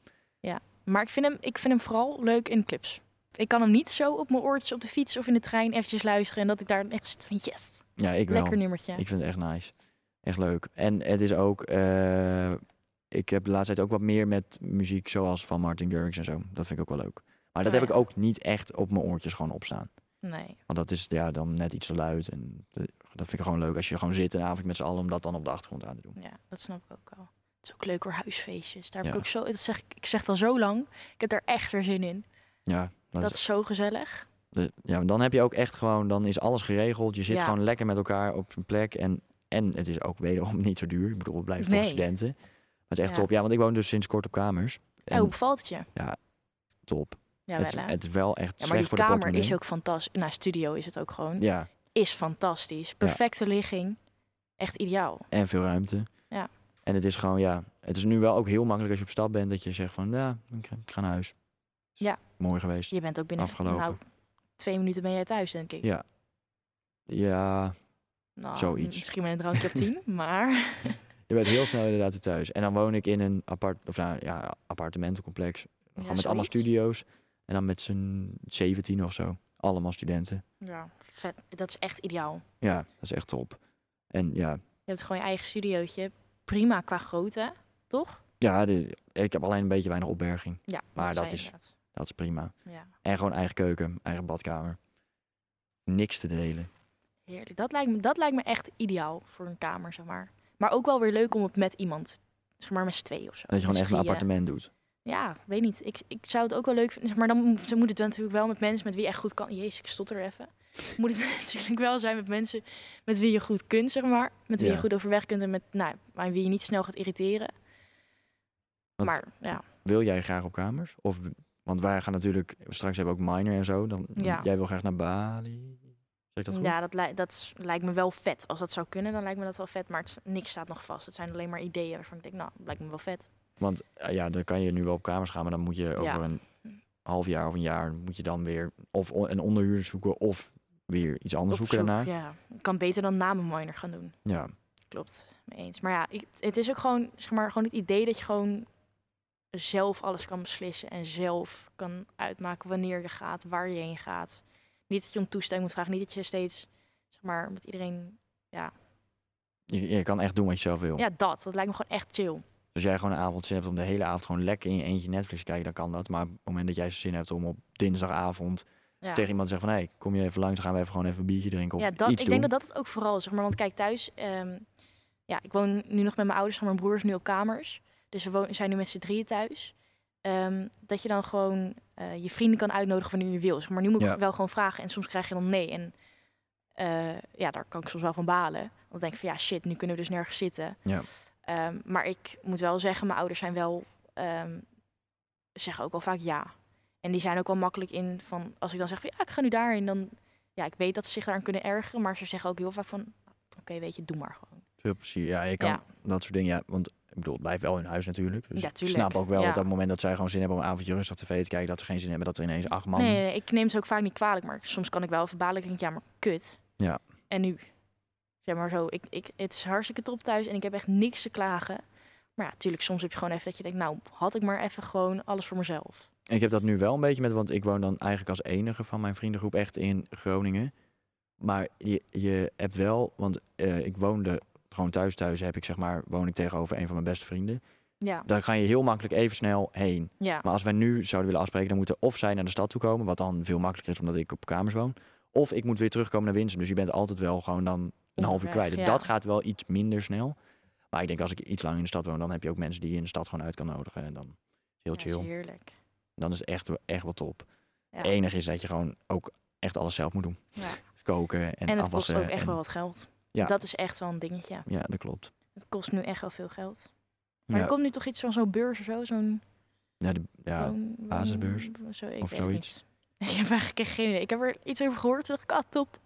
S2: Maar ik vind, hem, ik vind hem vooral leuk in clubs. Ik kan hem niet zo op mijn oortjes op de fiets of in de trein eventjes luisteren. En dat ik daar echt zit van yes,
S1: Ja, ik wel.
S2: lekker nummertje.
S1: Ik vind het echt nice. Echt leuk. En het is ook... eh, ik heb de laatste tijd ook wat meer met muziek zoals van Martin Garrix en zo. Dat vind ik ook wel leuk. Maar dat
S2: Oh
S1: heb
S2: ja.
S1: ik ook niet echt op mijn oortjes gewoon opstaan.
S2: Nee.
S1: Want dat is ja, dan net iets te luid. En eh, dat vind ik gewoon leuk als je gewoon zit en avond met z'n allen om dat dan op de achtergrond aan te doen.
S2: Ja, dat snap ik ook al. Het is ook leuk voor huisfeestjes. Daar heb
S1: Ja.
S2: ik ook zo, dat zeg, ik- ik zeg het al zo lang. Ik heb daar echt er zin in.
S1: Ja, dat
S2: Dat,
S1: is-
S2: is zo gezellig.
S1: de- ja, want dan heb je ook echt gewoon, dan is alles geregeld. Je zit
S2: Ja.
S1: gewoon lekker met elkaar op een plek. En, en het is ook wederom [laughs] niet zo duur. Ik bedoel, we blijven toch
S2: Nee.
S1: studenten. Maar het is echt
S2: Ja. Oh.
S1: top. Ja, want ik woon dus sinds kort op kamers.
S2: En
S1: En
S2: hoe bevalt het je?
S1: top.
S2: Ja,
S1: het, is,
S2: wel, hè?
S1: het is wel echt
S2: ja maar
S1: slecht
S2: die
S1: voor de
S2: kamer
S1: portemonnee.
S2: is ook fantastisch. Nou, studio is het ook gewoon.
S1: Ja,
S2: Is fantastisch. Perfecte ligging. Echt ideaal.
S1: en veel ruimte.
S2: Ja.
S1: En het is gewoon, ja, het is nu wel ook heel makkelijk als je op stap bent dat je zegt van, ja, ik ik ga naar huis. Is
S2: Ja.
S1: Mooi geweest.
S2: Je bent ook binnen
S1: Afgelopen.
S2: Nou, twee minuten ben jij thuis, denk ik.
S1: Ja. Ja,
S2: Nou,
S1: Zoiets.
S2: Misschien met een drankje op
S1: [laughs]
S2: tien, maar...
S1: je bent heel snel inderdaad weer thuis. En dan woon ik in een apart, of nou, ja, appartementencomplex.
S2: Ja,
S1: Gewoon met allemaal
S2: zoiets.
S1: studio's. En dan met z'n 17 of zo. Allemaal studenten.
S2: Ja, vet. Dat is echt ideaal.
S1: Ja, dat is echt top. En ja,
S2: Je hebt gewoon je eigen studiootje. Prima qua grootte, toch?
S1: ja de- ik heb alleen een beetje weinig opberging.
S2: Ja,
S1: Maar dat
S2: wij
S1: is-
S2: inderdaad.
S1: Dat is prima.
S2: Ja,
S1: En gewoon eigen keuken, eigen badkamer. Niks te delen.
S2: heerlijk. Dat lijkt, me, dat lijkt me echt ideaal voor een kamer, zeg maar. Maar ook wel weer leuk om het met iemand, zeg maar met z'n twee of zo.
S1: Dat je gewoon echt een
S2: Misschien, eh,
S1: appartement doet.
S2: Ja, weet niet. Ik, ik zou het ook wel leuk vinden. Zeg maar dan moet ze moeten het natuurlijk wel met mensen met wie je echt goed kan. Jezus, ik stotter even. [laughs] Moet het natuurlijk wel zijn met mensen met wie je goed kunt, zeg maar. Met wie
S1: Ja.
S2: je goed overweg kunt en met nou, aan wie je niet snel gaat irriteren.
S1: Want-
S2: Maar ja,
S1: Wil jij graag op kamers? Of, want wij gaan natuurlijk, straks hebben we ook minor en zo. Dan, dan-
S2: Ja.
S1: Jij wil graag naar Bali. Zeg ik dat goed?
S2: ja dat, lij- dat is- lijkt me wel vet. Als dat zou kunnen, dan lijkt me dat wel vet. Maar het, is- niks staat nog vast. Het zijn alleen maar ideeën waarvan ik denk, nou, lijkt me wel vet.
S1: Want eh, ja, dan kan je nu wel op kamers gaan, maar dan moet je over
S2: Ja.
S1: een half jaar of een jaar moet je dan weer of o- een onderhuur zoeken of weer iets anders
S2: Op
S1: zoeken
S2: zoek,
S1: daarna. Ja.
S2: Ja, ik kan beter dan na mijn minor gaan doen. Klopt, mee eens. Maar ja, ik, het is ook gewoon, zeg maar, gewoon het idee dat je gewoon zelf alles kan beslissen en zelf kan uitmaken wanneer je gaat, waar je heen gaat. Niet dat je om toestemming moet vragen, niet dat je steeds, zeg maar, met iedereen,
S1: Je, je kan echt doen wat je zelf wil.
S2: ja, dat, dat lijkt me gewoon echt chill.
S1: Dus als jij gewoon een avond zin hebt om de hele avond gewoon lekker in je eentje Netflix te kijken, dan kan dat. Maar op het moment dat jij zin hebt om op dinsdagavond
S2: Ja,
S1: tegen iemand te zeggen van hé, kom je even langs, dan gaan we even gewoon even een biertje drinken of
S2: ja dat,
S1: iets
S2: ik
S1: doen.
S2: denk dat dat het ook vooral is, zeg maar, want kijk, thuis, ehm, ja, ik woon nu nog met mijn ouders, maar mijn broer is nu op kamers, dus we wonen, zijn nu met z'n drieën thuis. Ehm, dat je dan gewoon eh, je vrienden kan uitnodigen wanneer je wil. Zeg maar nu moet ik
S1: Ja.
S2: wel gewoon vragen en soms krijg je dan nee. En eh, ja, daar kan ik soms wel van balen. Want dan denk ik van ja, shit, nu kunnen we dus nergens zitten.
S1: Ja.
S2: Ehm, maar ik moet wel zeggen, mijn ouders zijn wel, ehm, zeggen ook wel vaak ja. En die zijn ook wel makkelijk in van, als ik dan zeg van ja, ik ga nu daarin, dan, ja, ik weet dat ze zich daaraan kunnen ergeren. Maar ze zeggen ook heel vaak van, oké, weet je, doe maar gewoon.
S1: Veel plezier. Ja, je kan
S2: Ja.
S1: dat soort dingen. Ja, want ik bedoel, het blijft wel in huis natuurlijk. Dus
S2: Ja,
S1: ik
S2: tuurlijk.
S1: snap ook wel
S2: Ja.
S1: dat op het moment dat zij gewoon zin hebben om een avondje rustig tv te kijken, dat ze geen zin hebben dat er ineens acht man
S2: Nee, nee, nee, ik neem ze ook vaak niet kwalijk, maar soms kan ik wel even balen. Ik denk, ja, maar kut.
S1: Ja.
S2: En nu? Zeg maar zo, ik, ik, het is hartstikke top thuis en ik heb echt niks te klagen. Maar ja, natuurlijk, soms heb je gewoon even dat je denkt, nou, had ik maar even gewoon alles voor mezelf.
S1: Ik heb dat nu wel een beetje met, want ik woon dan eigenlijk als enige van mijn vriendengroep echt in Groningen. Maar je, je hebt wel, want eh, ik woonde gewoon thuis thuis, heb ik zeg maar, woon ik tegenover een van mijn beste vrienden.
S2: Ja,
S1: Daar ga je heel makkelijk even snel heen.
S2: ja,
S1: Maar als wij nu zouden willen afspreken, dan moeten of zij naar de stad toe komen, wat dan veel makkelijker is omdat ik op kamers woon. Of ik moet weer terugkomen naar Winsum. Dus je bent altijd wel gewoon dan een half uur
S2: Onderweg,
S1: kwijt. En
S2: ja.
S1: Dat gaat wel iets minder snel. Maar ik denk als ik iets langer in de stad woon, dan heb je ook mensen die je in de stad gewoon uit kan nodigen. En dan is heel
S2: ja,
S1: chill.
S2: is heerlijk.
S1: Dan is het echt, echt wel top.
S2: Ja.
S1: Het enige is dat je gewoon ook echt alles zelf moet doen.
S2: Ja.
S1: Dus Koken en,
S2: En het kost
S1: afwassen.
S2: ook echt
S1: en-
S2: wel wat geld.
S1: Ja.
S2: Dat is echt wel een dingetje.
S1: Ja, dat klopt.
S2: Het kost nu echt wel veel geld. Maar
S1: Ja,
S2: er komt nu toch iets van zo'n beurs of zo, zo'n...
S1: ja, de- ja,
S2: woon- woon-
S1: basisbeurs
S2: eh, Zo, ik
S1: of
S2: weet het
S1: zoiets.
S2: niet. [laughs] Ik heb eigenlijk echt geen idee. Ik heb er iets over gehoord, toen dacht ik, ah, top.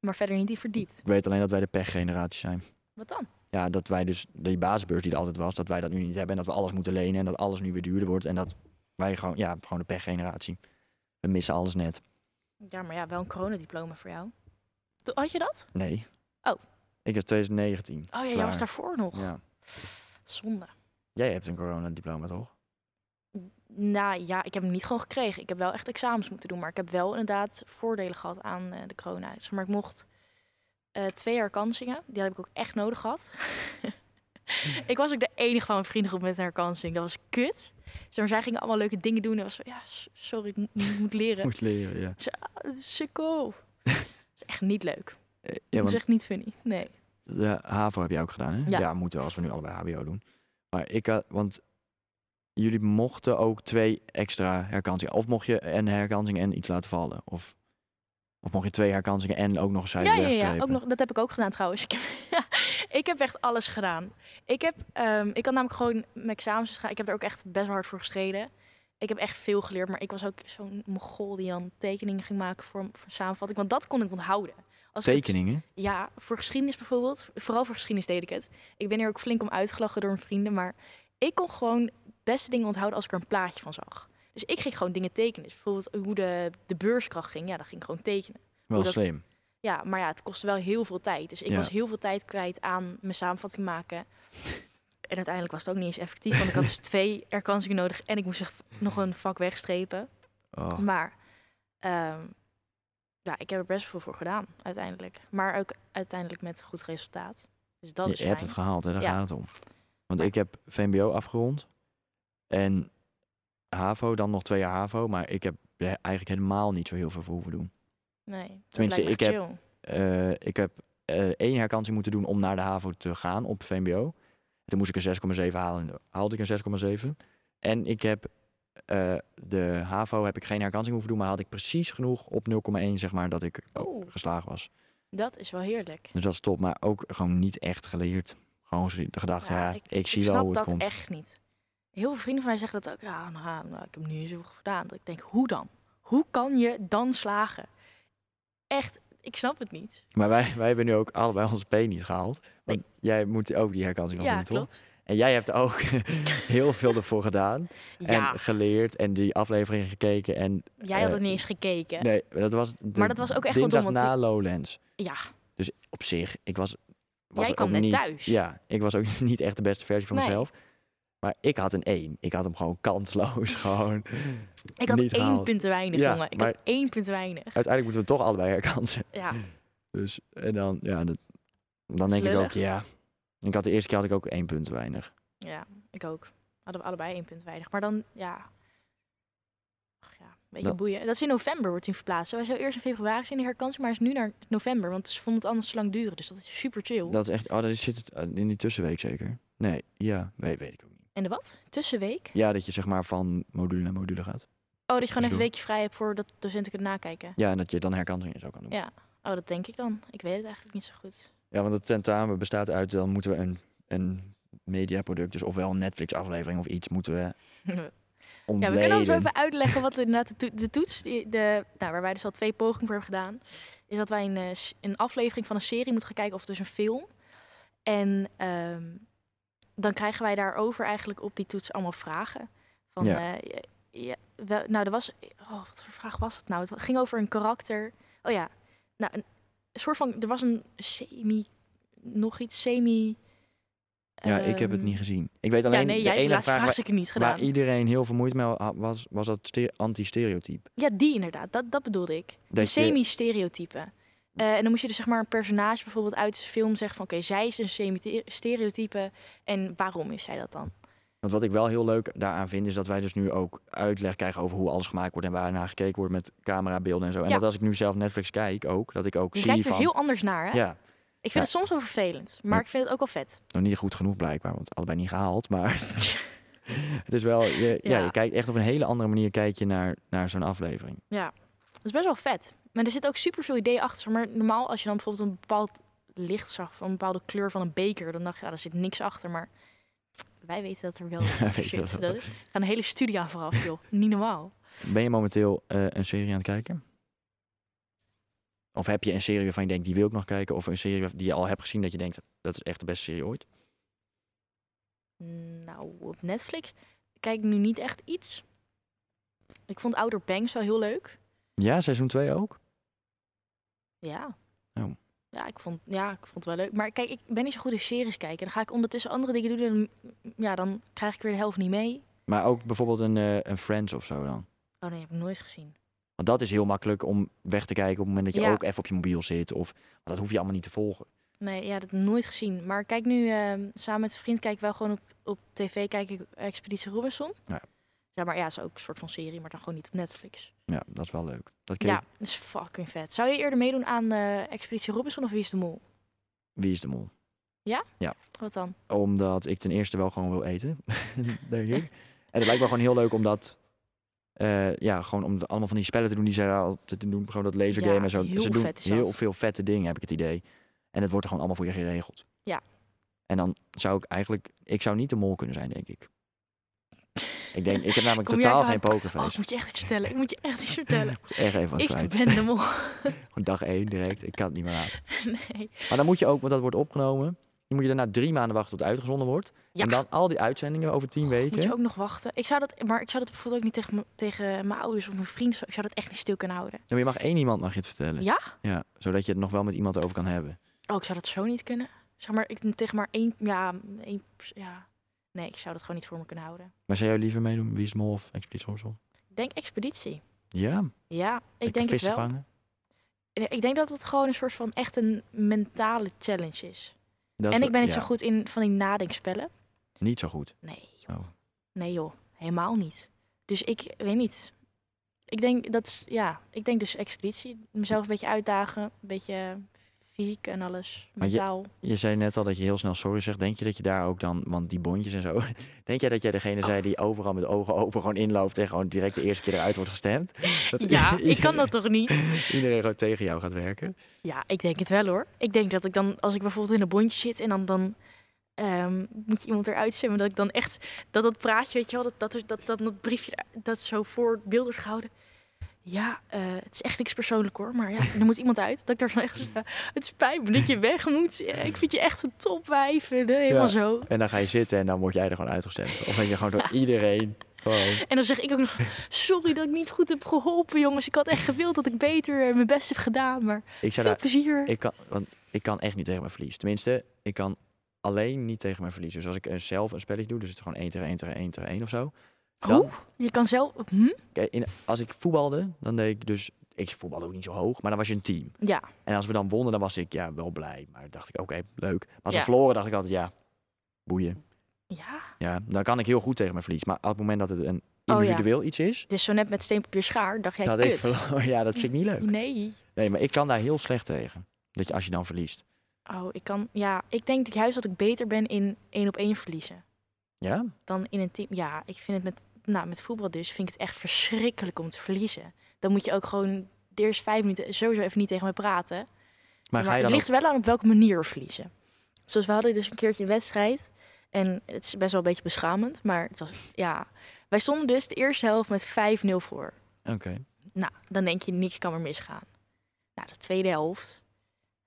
S2: Maar verder niet in verdiept.
S1: Ik weet alleen dat wij de pechgeneratie zijn.
S2: Wat dan?
S1: Ja, dat wij dus die basisbeurs die er altijd was, dat wij dat nu niet hebben. En dat we alles moeten lenen en dat alles nu weer duurder wordt. En dat Wij gewoon, ja, gewoon de pechgeneratie. We missen alles net.
S2: Ja, maar ja, wel een coronadiploma voor jou. To- Had je dat?
S1: Nee.
S2: Oh.
S1: Ik heb 2019.
S2: Oh ja, jij
S1: Klaar.
S2: was daarvoor nog.
S1: Ja.
S2: Zonde.
S1: Jij hebt een coronadiploma, toch?
S2: Nou ja, ik heb hem niet gewoon gekregen. Ik heb wel echt examens moeten doen. Maar ik heb wel inderdaad voordelen gehad aan eh, de corona. Zeg maar ik mocht eh, twee herkansingen. Die heb ik ook echt nodig gehad. [laughs] ik was ook de enige van mijn vriendengroep met een herkansing. Dat was kut. Zeg maar, zij gingen allemaal leuke dingen doen. En was zo, ja, s- sorry, ik mo- moet leren.
S1: Moet leren, ja.
S2: Ah,
S1: [laughs]
S2: Sukko. Dat is echt niet leuk.
S1: Eh, Ja,
S2: Dat
S1: want
S2: is echt niet funny. Nee.
S1: de HAVO heb je ook gedaan, hè?
S2: Ja.
S1: moeten we als we nu allebei HBO doen. Maar ik had, want jullie mochten ook twee extra herkansingen. Of mocht je een herkansing en iets laten vallen? Of, of mocht je twee herkansingen en ook nog een cijfer
S2: Ja, ja, ja,
S1: wegstrepen?
S2: ook nog, dat heb ik ook gedaan trouwens. [laughs] Ik heb, ja, ik heb echt alles gedaan. Ik, heb, ehm, ik had namelijk gewoon mijn examens gaan. Ik heb er ook echt best wel hard voor gestreden. Ik heb echt veel geleerd, maar ik was ook zo'n mogol die dan tekeningen ging maken voor, voor samenvatting. Want dat kon ik onthouden. Als ik het-
S1: Tekeningen?
S2: ja, voor geschiedenis bijvoorbeeld. Vooral voor geschiedenis deed ik het. Ik ben er ook flink om uitgelachen door mijn vrienden. Maar ik kon gewoon beste dingen onthouden als ik er een plaatje van zag. Dus ik ging gewoon dingen tekenen. Dus bijvoorbeeld hoe de, de beurskracht ging. Ja, dat ging ik gewoon tekenen.
S1: Wel
S2: hoe dat-
S1: slim.
S2: Ja, maar ja, het kostte wel heel veel tijd. Dus ik
S1: Ja.
S2: was heel veel tijd kwijt aan mijn samenvatting maken. En uiteindelijk was het ook niet eens effectief, want ik
S1: [laughs]
S2: had dus twee erkansingen nodig en ik moest er v- nog een vak wegstrepen.
S1: Oh.
S2: Maar ehm, ja, ik heb er best veel voor gedaan uiteindelijk. Maar ook uiteindelijk met goed resultaat. Dus dat
S1: je
S2: is
S1: hebt
S2: fijn.
S1: het gehaald, hè? daar
S2: Ja.
S1: gaat het om. Want ik heb VMBO afgerond en HAVO, dan nog twee jaar HAVO, maar ik heb er eigenlijk helemaal niet zo heel veel voor hoeven doen.
S2: nee, dat
S1: Tenminste,
S2: lijkt me
S1: ik
S2: echt chill.
S1: Eh, ik heb eh, één herkansing moeten doen om naar de HAVO te gaan op VMBO. Toen moest ik een 6,7 halen en haalde ik een 6,7. En ik heb eh, de HAVO heb ik geen herkansing hoeven doen, maar had ik precies genoeg op 0,1 zeg maar dat ik oh,
S2: Oeh.
S1: geslaagd was.
S2: Dat is wel heerlijk.
S1: Dus dat is top, maar ook gewoon niet echt geleerd. Gewoon zo- de gedachte, ja, ik, zie wel
S2: snap
S1: hoe het
S2: dat
S1: komt.
S2: echt niet. Heel veel vrienden van mij zeggen dat ook. Ja, nou, nou, ik heb nu zoveel gedaan. Dat ik denk, hoe dan? Hoe kan je dan slagen? Echt, ik snap het niet.
S1: Maar wij, wij hebben nu ook allebei onze P niet gehaald. Want jij moet ook die herkansing nog
S2: ja,
S1: doen, toch?
S2: klopt.
S1: En jij hebt ook [laughs] heel veel ervoor gedaan.
S2: Ja,
S1: En geleerd en die aflevering gekeken. En
S2: jij had
S1: eh,
S2: het niet eens gekeken.
S1: nee, dat was, de
S2: Maar dat was ook echt wel dom,
S1: dinsdag
S2: want
S1: na Lowlands.
S2: Ja,
S1: Dus op zich, ik was, was
S2: Jij
S1: ook
S2: kwam net
S1: niet,
S2: thuis.
S1: Ja, ik was ook [laughs] niet echt de beste versie van
S2: Nee.
S1: mezelf. Maar ik had een 1. Ik had hem gewoon kansloos. [laughs]
S2: [laughs]
S1: gewoon.
S2: ik had
S1: Niet
S2: één
S1: gehaald.
S2: punt te weinig,
S1: Ja,
S2: jongen. Ik
S1: maar-
S2: had één punt te weinig.
S1: Uiteindelijk moeten we toch allebei herkansen.
S2: Ja,
S1: Dus, en dan, ja, dat, dan denk ik ook,
S2: Lullig.
S1: ja. Ik had de eerste keer had ik ook één punt te weinig.
S2: ja, ik ook. Hadden we allebei één punt te weinig. Maar dan, ja... Ach ja, een beetje
S1: Nou.
S2: boeien. Dat is in november wordt die verplaatst. Wij zou eerst in februari zijn, die herkansing. Maar is nu naar november, want ze vonden het anders te lang duren. Dus dat is super chill.
S1: Dat is echt, oh, dat zit het eh, in die tussenweek zeker? Nee, ja, weet, weet ik ook niet.
S2: En de wat? Tussenweek?
S1: Ja, dat je zeg maar van module naar module gaat.
S2: Oh, dat je gewoon even
S1: Zo.
S2: een weekje vrij hebt voordat docenten kunnen nakijken.
S1: Ja, en dat je dan herkansingen zo kan doen. Ja.
S2: Ja. Oh, dat denk ik dan. Ik weet het eigenlijk niet zo goed. [laughs]
S1: want het tentamen bestaat uit, dan moeten we een, een mediaproduct, dus ofwel een Netflix-aflevering of iets, moeten we
S2: ja,
S1: ontleden.
S2: we kunnen ons wel even uitleggen wat inderdaad de, to- de toets, die- de, nou, waar wij dus al twee pogingen voor hebben gedaan, is dat wij een, eh, s- een aflevering van een serie moeten gaan kijken of dus een film. En ehm, dan krijgen wij daarover eigenlijk op die toets allemaal vragen. Van,
S1: Ja.
S2: ja. ja, wel- nou, er was, oh, wat voor vraag was het nou? Het ging over een karakter. Oh ja, nou, een soort van, er was een semi, nog iets, semi.
S1: ja, ik heb het
S2: ehm,
S1: niet gezien. Ik weet
S2: Ja,
S1: alleen,
S2: nee,
S1: de
S2: jij hebt de
S1: ene
S2: laatste
S1: vraag
S2: vraag
S1: waar,
S2: zeker niet gedaan.
S1: waar iedereen heel veel moeite mee had, was, was dat ste- anti-stereotype.
S2: Ja, die inderdaad. Dat, dat bedoelde ik.
S1: Dat je-
S2: Semi-stereotypen. Eh, en dan moest je dus zeg maar een personage bijvoorbeeld uit de film zeggen van... oké, zij is een semi-stereotype en waarom is zij dat dan?
S1: Want wat ik wel heel leuk daaraan vind, is dat wij dus nu ook uitleg krijgen over hoe alles gemaakt wordt en waar naar gekeken wordt met camerabeelden en zo. En
S2: Ja.
S1: dat als ik nu zelf Netflix kijk ook, dat ik ook
S2: Je
S1: zie
S2: kijkt er
S1: van...
S2: heel anders naar, hè?
S1: ja,
S2: Ik vind
S1: Ja.
S2: het soms wel vervelend, maar
S1: Maar-
S2: ik vind het ook wel vet.
S1: nog niet goed genoeg blijkbaar, want allebei niet gehaald. Maar
S2: [laughs]
S1: het is wel, je, ja.
S2: Ja.
S1: je kijkt echt op een hele andere manier kijk je naar, naar zo'n aflevering.
S2: Dat is best wel vet. Maar er zit ook superveel idee achter. Maar normaal, als je dan bijvoorbeeld een bepaald licht zag... van een bepaalde kleur van een beker... dan dacht je, ja, daar zit niks achter. Maar wij weten dat
S1: [laughs]
S2: er wel
S1: Weet je
S2: Oh, shit
S1: dat wel.
S2: Er gaat een hele studie aan vooraf, joh. Niet normaal.
S1: Ben je momenteel eh, een serie aan het kijken? Of heb je een serie waarvan je denkt, die wil ik nog kijken? Of een serie die je al hebt gezien dat je denkt, dat is echt de beste serie ooit?
S2: Mm, Nou, op Netflix kijk ik nu niet echt iets. Ik vond Outer Banks wel heel leuk.
S1: Ja, seizoen 2 ook?
S2: Ja.
S1: Oh.
S2: Ja, ik vond, ja, ik vond het wel leuk. Maar kijk, ik ben niet zo goed in series kijken. Dan ga ik ondertussen andere dingen doen en mm, ja, dan krijg ik weer de helft niet mee.
S1: Maar ook bijvoorbeeld een, eh, een Friends of zo dan.
S2: Oh nee, heb ik nooit gezien.
S1: Want dat is heel makkelijk om weg te kijken op het moment dat je
S2: Ja.
S1: ook even op je mobiel zit. Of, maar dat hoef je allemaal niet te volgen.
S2: Nee, ja, dat heb ik nooit gezien. Maar kijk nu, ehm, samen met een vriend kijk ik wel gewoon op, op tv, kijk ik Expeditie Robinson.
S1: Ja.
S2: Ja, maar ja, het is ook een soort van serie, maar dan gewoon niet op Netflix.
S1: Ja, dat is wel leuk. Dat ken je-
S2: Ja, dat is fucking vet. Zou je eerder meedoen aan eh, Expeditie Robinson of Wie is de Mol?
S1: Wie is de mol?
S2: Wat dan?
S1: Omdat ik ten eerste wel gewoon wil eten, [laughs] denk
S2: [laughs]
S1: ik. En het lijkt me gewoon heel leuk om dat... eh, ja, gewoon om de- allemaal van die spellen te doen die ze daar altijd doen. Gewoon dat lasergame
S2: Ja,
S1: en zo.
S2: heel
S1: ze doen
S2: vet is dat.
S1: heel veel vette dingen, heb ik het idee. En het wordt er gewoon allemaal voor je geregeld.
S2: Ja.
S1: En dan zou ik eigenlijk... Ik zou niet de mol kunnen zijn, denk ik. Ik denk, ik heb namelijk
S2: [laughs] Kom jij
S1: totaal
S2: zo aan-
S1: geen
S2: Oh, ik
S1: pokerface.
S2: moet je echt iets vertellen. Ik moet je echt iets vertellen.
S1: Ik echt even [laughs] wat
S2: ik
S1: kwijt.
S2: ben de mol.
S1: Gewoon [laughs] dag één direct. Ik kan het niet meer aan.
S2: [laughs] Nee.
S1: Maar dan moet je ook, want dat wordt opgenomen. Dan moet je daarna drie maanden wachten tot het uitgezonden wordt.
S2: Ja. Oh,
S1: En dan al die uitzendingen over tien
S2: Moet
S1: weken.
S2: je ook nog wachten. Ik zou dat, maar ik zou dat bijvoorbeeld ook niet tegen, m- tegen mijn ouders of mijn vrienden. Ik zou dat echt niet stil kunnen houden.
S1: Nou, je mag één iemand mag je het vertellen.
S2: Ja?
S1: Ja, zodat je het nog wel met iemand over kan hebben.
S2: Oh, ik zou dat zo niet kunnen. Zeg maar, ik tegen maar één, ja, één, pers- ja. Nee, ik zou dat gewoon niet voor me kunnen houden.
S1: Maar zou jij liever meedoen? Wie is de mol of Expeditie Robinson?
S2: Ik denk expeditie.
S1: Ja,
S2: Ja, ik
S1: lekker
S2: denk het
S1: vissen
S2: wel.
S1: vangen.
S2: Nee, Ik denk dat het gewoon een soort van echt een mentale challenge is.
S1: Dat is
S2: en
S1: wel-
S2: ik ben niet
S1: ja,
S2: zo goed in van die nadenkspellen.
S1: Niet zo goed.
S2: Nee. joh.
S1: Oh.
S2: Nee joh, helemaal niet. Dus ik weet niet. Ik denk dat, is- ja, ik denk dus expeditie. Mezelf een beetje uitdagen, een beetje fysiek en alles,
S1: Maar je-
S2: mentaal.
S1: Je zei net al dat je heel snel sorry zegt. Denk je dat je daar ook dan, want die bondjes en zo. [laughs] Denk jij dat jij degene zei die overal met ogen open gewoon inloopt en gewoon direct de eerste keer eruit wordt
S2: [laughs]
S1: gestemd? [laughs] Dat
S2: Ja,
S1: iedereen-
S2: ik kan dat toch niet?
S1: Iedereen gewoon tegen jou gaat werken.
S2: Ja, ik denk het wel hoor. Ik denk dat ik dan, als ik bijvoorbeeld in een bondje zit en dan, dan ehm, moet je iemand eruit stemmen, dat ik dan echt, dat dat praatje, weet je wel, dat dat, er- dat, dat, dat briefje, er- dat zo voor het beeld wordt gehouden. Ja, eh, het is echt niks persoonlijk hoor,
S1: [laughs]
S2: maar ja, er moet iemand uit. Dat ik daar dan echt, eh, [laughs] het spijt me dat je weg moet. Ja, Ik vind je echt een topwijf. en, eh, Helemaal
S1: Ja.
S2: zo.
S1: En dan ga je zitten en dan word jij er gewoon uitgestemd. Of ben je gewoon
S2: [laughs]
S1: door iedereen. Gewoon.
S2: En dan zeg ik ook nog, sorry dat ik niet goed heb geholpen jongens. Ik had echt gewild dat ik beter eh, mijn best heb gedaan, maar
S1: Ik zou
S2: veel
S1: daar,
S2: plezier.
S1: ik kan, want ik kan echt niet tegen mijn verlies. Tenminste, ik kan alleen niet tegen mijn verlies. Dus als ik eh, zelf een spelletje doe, dus het is gewoon 1 tegen 1 tegen 1 tegen 1 of zo. Dan,
S2: Hoe? Je kan zelf, hm?
S1: Kijk, in, als ik voetbalde, dan deed ik dus, ik voetbalde ook niet zo hoog, maar dan was je een team.
S2: Ja,
S1: En als we dan wonnen, dan was ik ja, wel blij. Maar dacht ik, oké, leuk. Maar als
S2: Ja.
S1: we verloren, dacht ik altijd, ja, boeien.
S2: ja.
S1: Ja, dan kan ik heel goed tegen mijn verlies. Maar op het moment dat het een
S2: Oh, ja.
S1: individueel iets is,
S2: Dus zo net met steenpapier schaar dacht jij,
S1: dat ik
S2: kut.
S1: verloren, [laughs] ja, dat vind ik niet leuk.
S2: nee.
S1: Nee, maar ik kan daar heel slecht tegen. Dat je, als je dan verliest.
S2: Oh, ik kan... Ja, ik denk dat juist dat ik beter ben in één op één verliezen.
S1: Ja?
S2: Dan in een team... Ja, ik vind het met... Nou, met voetbal dus vind ik het echt verschrikkelijk om te verliezen. Dan moet je ook gewoon de eerste vijf minuten sowieso even niet tegen mij praten.
S1: Maar ga je
S2: het
S1: dan ook-
S2: ligt er wel aan op welke manier we verliezen. Zoals we hadden dus een keertje een wedstrijd. En het is best wel een beetje beschamend. Maar het was, ja, wij stonden dus de eerste helft met 5-0 voor.
S1: Oké.
S2: Nou, dan denk je, niks kan er misgaan. Nou, de tweede helft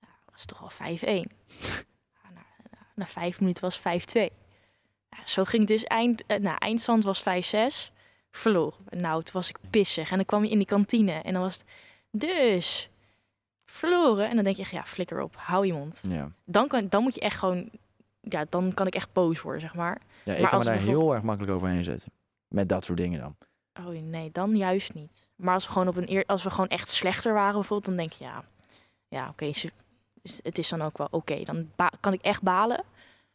S2: nou, was toch al 5-1. Ja, na, na- na vijf minuten was 5-2. Ja, zo ging het dus. Eind, eh, nou, eindstand was 5-6. Verloren. we. Nou, toen was ik pissig. En dan kwam je in die kantine. En dan was het, dus, verloren. En dan denk je, echt, ja, flikker op. Hou je mond.
S1: Ja.
S2: Dan, kan, dan moet je echt gewoon... Ja, dan kan ik echt boos worden, zeg maar.
S1: Ja, ik
S2: Maar
S1: kan me
S2: als
S1: daar
S2: we bijvoorbeeld-
S1: heel erg makkelijk overheen zetten. Met dat soort dingen dan.
S2: Oh nee, dan juist niet. Maar als we gewoon, op een eer, als we gewoon echt slechter waren bijvoorbeeld, dan denk je ja, ja oké, ze- is- het is dan ook wel oké. Dan ba- kan ik echt balen,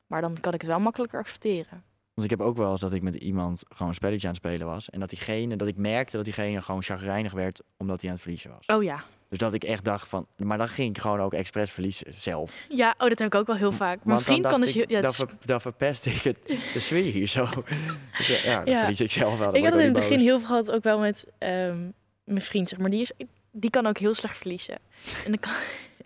S2: maar dan kan ik het wel makkelijker accepteren.
S1: Want ik heb ook wel eens dat ik met iemand gewoon een spelletje aan het spelen was. En dat diegene, dat ik merkte dat diegene gewoon chagrijnig werd omdat hij aan het verliezen was.
S2: Oh ja.
S1: Dus dat ik echt dacht van, maar dan ging ik gewoon ook expres verliezen zelf.
S2: Ja, oh, dat heb ik ook wel heel vaak. Mijn
S1: Want dan
S2: vriend kan
S1: dacht
S2: dus
S1: ik,
S2: heel... Ja,
S1: dan,
S2: het is-
S1: ver- dan verpest ik het, de sfeer hier zo. [laughs] Dus ja, ja, dan
S2: Ja.
S1: verlies ik zelf wel. Dan
S2: ik had
S1: word
S2: het in het
S1: wel
S2: begin
S1: niet
S2: heel veel gehad, ook wel met ehm, mijn vriend, zeg maar. Die, is, die kan ook heel slecht verliezen. En dan kan,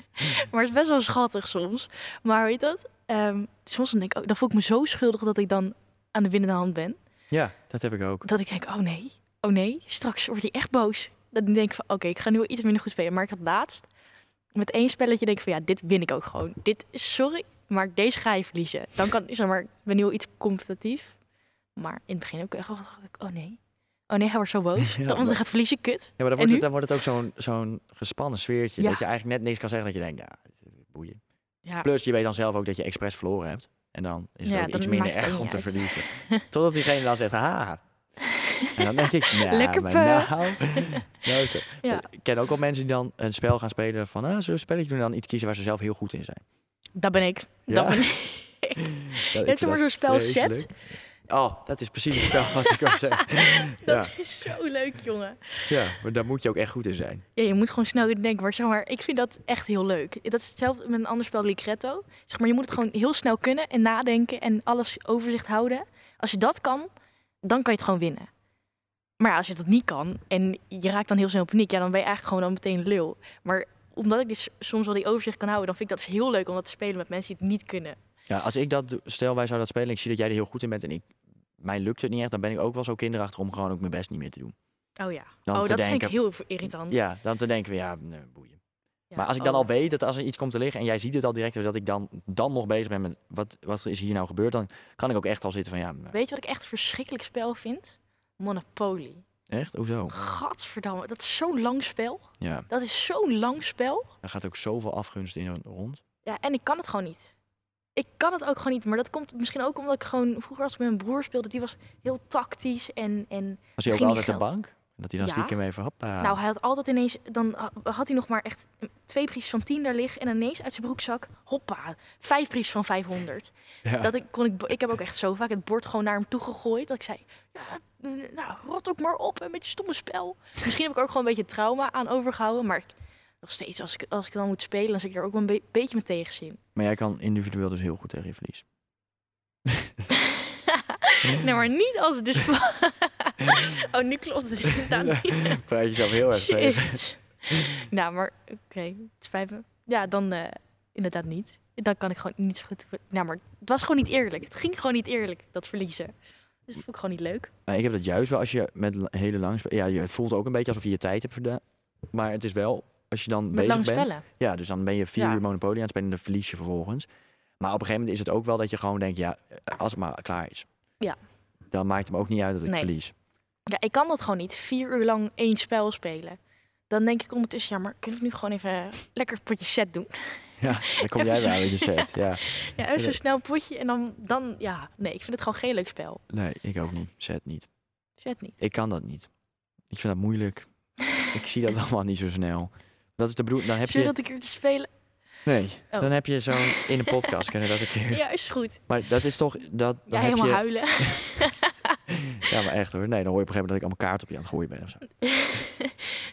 S2: [laughs] maar het is best wel schattig soms. Maar weet je dat? Ehm, soms dan denk ik, ook, dan voel ik me zo schuldig dat ik dan aan de winnende hand ben.
S1: boos. Ja, dat heb ik ook.
S2: dat ik denk, oh nee, oh nee, straks wordt hij echt boos. Dan denk ik van, oké, ik ga nu wel iets minder goed spelen. Maar ik had laatst met één spelletje denk ik van, ja, dit win ik ook gewoon. Dit is, sorry, maar deze ga je verliezen. Dan kan, zeg maar, ik ben nu wel iets competitief. Maar in het begin ook echt, oh, oh nee, Oh nee, hij wordt zo boos.
S3: Ja,
S2: want hij
S3: maar-
S2: gaat verliezen, kut.
S1: Ja, maar dan
S2: En
S1: wordt,
S2: nu?
S1: het, dan wordt het ook zo'n zo'n gespannen sfeertje.
S2: Ja.
S1: Dat je eigenlijk net niks kan zeggen dat je denkt, ja, boeien.
S2: Ja.
S1: Plus je weet dan zelf ook dat je expres verloren hebt. En dan is het
S2: Ja,
S1: ook
S2: dan
S1: iets minder
S2: maakt het
S1: erg
S2: ook
S1: om te
S2: niet uit.
S1: [laughs] verliezen. Totdat diegene dan zegt, haha. En dan denk ik, [laughs] nou,
S2: Lekker
S1: maar
S2: puh.
S1: [laughs] nou, nou is het-
S2: Ja.
S1: Ik ken ook al mensen die dan een spel gaan spelen van, ah, zullen we een spelletje doen en dan iets kiezen waar ze zelf heel goed in zijn.
S2: Dat ben ik.
S1: Ja?
S2: Dat ben ik.
S1: Dat,
S2: Je hebt zomaar zo'n spel set.
S1: Oh, dat is precies het spel wat ik al zeg. [laughs]
S2: Dat
S1: Ja,
S2: is zo leuk, jongen.
S1: ja, maar daar moet je ook echt goed in zijn.
S2: Ja, je moet gewoon snel denken. Maar zeg maar, ik vind dat echt heel leuk. Dat is hetzelfde met een ander spel, Ligretto. Zeg maar, je moet het gewoon heel snel kunnen en nadenken en alles overzicht houden. Als je dat kan, dan kan je het gewoon winnen. Maar ja, als je dat niet kan en je raakt dan heel snel in paniek, ja, dan ben je eigenlijk gewoon dan meteen lul. Maar omdat ik dus soms wel die overzicht kan houden, dan vind ik dat dus heel leuk om dat te spelen met mensen die het niet kunnen.
S1: Ja, als ik dat doe- stel, wij zouden dat spelen en ik zie dat jij er heel goed in bent en ik, mij lukt het niet echt, dan ben ik ook wel zo kinderachtig om gewoon ook mijn best niet meer te doen.
S2: Oh ja.
S1: Dan
S2: oh,
S1: te
S2: dat
S1: denken,
S2: vind ik heel irritant.
S1: Ja, dan te denken we, ja, nee, boeien.
S2: Ja,
S1: maar als ik dan
S2: oh.
S1: al weet dat als er iets komt te liggen en jij ziet het al direct, dat ik dan, dan nog bezig ben met wat, wat is hier nou gebeurd, dan kan ik ook echt al zitten van, ja, maar-
S2: Weet je wat ik echt een verschrikkelijk spel vind? Monopoly.
S1: echt? Hoezo?
S2: Gadverdamme, dat is zo'n lang spel.
S1: Ja,
S2: Dat is zo'n lang spel.
S1: er gaat ook zoveel afgunst in rond.
S2: Ja, en ik kan het gewoon niet. Ik kan het ook gewoon niet, maar dat komt misschien ook omdat ik gewoon vroeger als ik met mijn broer speelde, die was heel tactisch en, en
S1: Was hij ook
S2: Ging die
S1: altijd de
S2: geld-
S1: bank? Dat hij dan
S2: Ja.
S1: stiekem even, hoppa.
S2: nou hij had altijd ineens, dan ha- had hij nog maar echt twee briefjes van 10 daar liggen en ineens uit zijn broekzak, hoppa, vijf briefjes van 500.
S1: Ja.
S2: Dat ik, kon ik, bo- ik heb ook echt zo vaak het bord gewoon naar hem toe gegooid. Dat ik zei, ja, eh, nou, rot ook maar op hè, met je stomme spel. Misschien heb ik er ook gewoon een beetje trauma aan overgehouden. Maar ik- nog steeds, als ik, als ik dan moet spelen, dan zit ik er ook wel een be- beetje mijn tegenzin.
S1: Maar jij kan individueel dus heel goed tegen je verlies.
S2: [laughs] nee, maar niet als
S1: [laughs]
S2: het dus... oh, nu klopt het inderdaad niet.
S1: Praat jezelf heel erg tegen.
S2: Shit. nou, maar oké, het spijt me. Ja, dan eh, inderdaad niet. Dan kan ik gewoon niet zo goed... Nou, maar het was gewoon niet eerlijk. Het ging gewoon niet eerlijk, dat verliezen. Dus dat vond ik gewoon niet leuk.
S1: Maar ik heb dat juist wel als je met la- hele lange spelen... Ja, je- het voelt ook een beetje alsof je je tijd hebt verdaan. Maar het is wel, als je dan
S2: Met
S1: bezig
S2: lange
S1: bent...
S2: spellen.
S1: Ja, dus dan ben je vier
S2: Ja.
S1: uur Monopoly aan het spelen en dan verlies je vervolgens. Maar op een gegeven moment is het ook wel dat je gewoon denkt... Ja, eh, als het maar klaar is.
S2: Ja.
S1: Dan maakt het me ook niet uit dat ik
S2: Nee.
S1: verlies.
S2: Ja, ik kan dat gewoon niet. Vier uur lang één spel spelen. Dan denk ik ondertussen, ja, maar kunnen we nu gewoon even lekker een potje set doen?
S1: Ja, dan kom
S2: Even
S1: jij
S2: zo-
S1: wel uit je set.
S2: [laughs]
S1: Ja.
S2: Ja, even zo
S1: Nee.
S2: snel potje en dan, dan, ja, nee, ik vind het gewoon geen leuk spel.
S1: Nee, ik ook niet. Set niet.
S2: Set niet.
S1: Ik kan dat niet. Ik vind dat moeilijk. Ik zie dat allemaal niet zo snel. Dat is de bedoel... Dan heb
S2: Zullen
S1: je...
S2: we dat een keertje spelen?
S1: Nee,
S2: Oh.
S1: dan heb je zo'n... In de podcast kunnen we dat een keer...
S2: Ja, is goed.
S1: Maar dat is toch... Dat,
S2: Ja,
S1: dan heb
S2: helemaal
S1: je,
S2: huilen. [laughs]
S1: Ja, maar echt hoor. Nee, dan hoor je op een gegeven moment dat ik allemaal kaart op je aan het gooien ben of zo.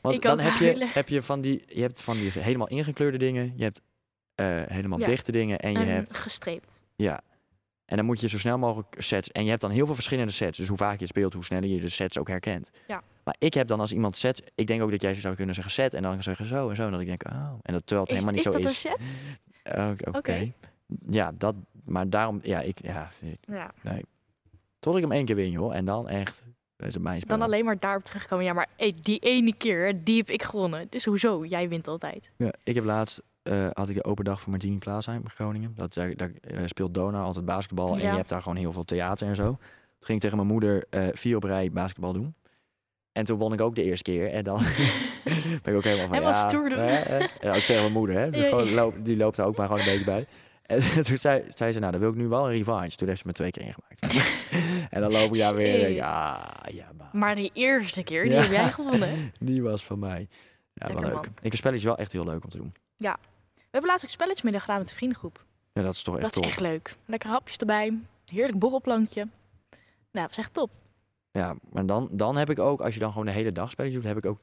S1: Want
S2: Ik
S1: dan
S2: ook
S1: heb je,
S2: huilen.
S1: heb je van die, je hebt van die helemaal ingekleurde dingen, je hebt eh, helemaal
S2: Ja. Ehm.
S1: dichte dingen en je
S2: En
S1: hebt
S2: gestreept.
S1: ja. En dan moet je zo snel mogelijk sets. En je hebt dan heel veel verschillende sets. Dus hoe vaak je speelt, hoe sneller je de sets ook herkent.
S2: Ja.
S1: Maar ik heb dan als iemand sets. Ik denk ook dat jij zou kunnen zeggen set. En dan zeggen zo en zo. En dat ik denk, oh. En dat terwijl het
S2: Is,
S1: helemaal
S2: is
S1: niet
S2: dat
S1: zo
S2: een
S1: is.
S2: set?
S1: Eh, Oké. oké.
S2: Oké.
S1: Ja, dat. Maar daarom. Ja, ik. Ja,
S2: Ja.
S1: tot ik hem één keer win, joh. En dan echt. Dat is het mijn spel.
S2: Dan alleen maar daarop terugkomen. Ja, maar hey, die ene keer, hè, die heb ik gewonnen. Dus hoezo? Jij wint
S1: [laughs]
S2: altijd.
S1: Ja, ik heb laatst eh, had ik de open dag van Martini Plaza in Groningen. Dat, daar daar eh, speelt Dona altijd basketbal en
S2: Ja.
S1: je hebt daar gewoon heel veel theater en zo. Toen ging ik tegen mijn moeder eh, vier op rij basketbal doen. En toen won ik ook de eerste keer. En dan [laughs] ben ik ook helemaal van
S2: Helemaal
S1: ja,
S2: stoer doen.
S1: eh, eh. En ook tegen mijn moeder. Hè. Die,
S2: [laughs] Ja,
S1: gewoon
S2: ja.
S1: loopt- die loopt daar ook maar gewoon een beetje bij. En [laughs] toen zei, zei ze, nou, dan wil ik nu wel een revanche. Toen heeft ze me twee keer ingemaakt. en dan loop ik daar weer en denk,
S2: Jeez.
S1: ah, ja, maar
S2: Maar die eerste keer, die
S1: Ja.
S2: heb jij
S1: [laughs]
S2: gewonnen.
S1: die was van mij. Ja, wel
S2: Lekker,
S1: leuk.
S2: man.
S1: Ik vind spelletjes wel echt heel leuk om te doen.
S2: We hebben laatst ook spelletjesmiddag gedaan met de vriendengroep.
S1: Ja, dat is toch echt
S2: Dat
S1: top.
S2: is echt leuk. Lekker hapjes erbij. Heerlijk borrelplankje. Nou, dat is echt top.
S1: Ja, maar dan, dan heb ik ook, als je dan gewoon de hele dag spelletjes doet, heb ik ook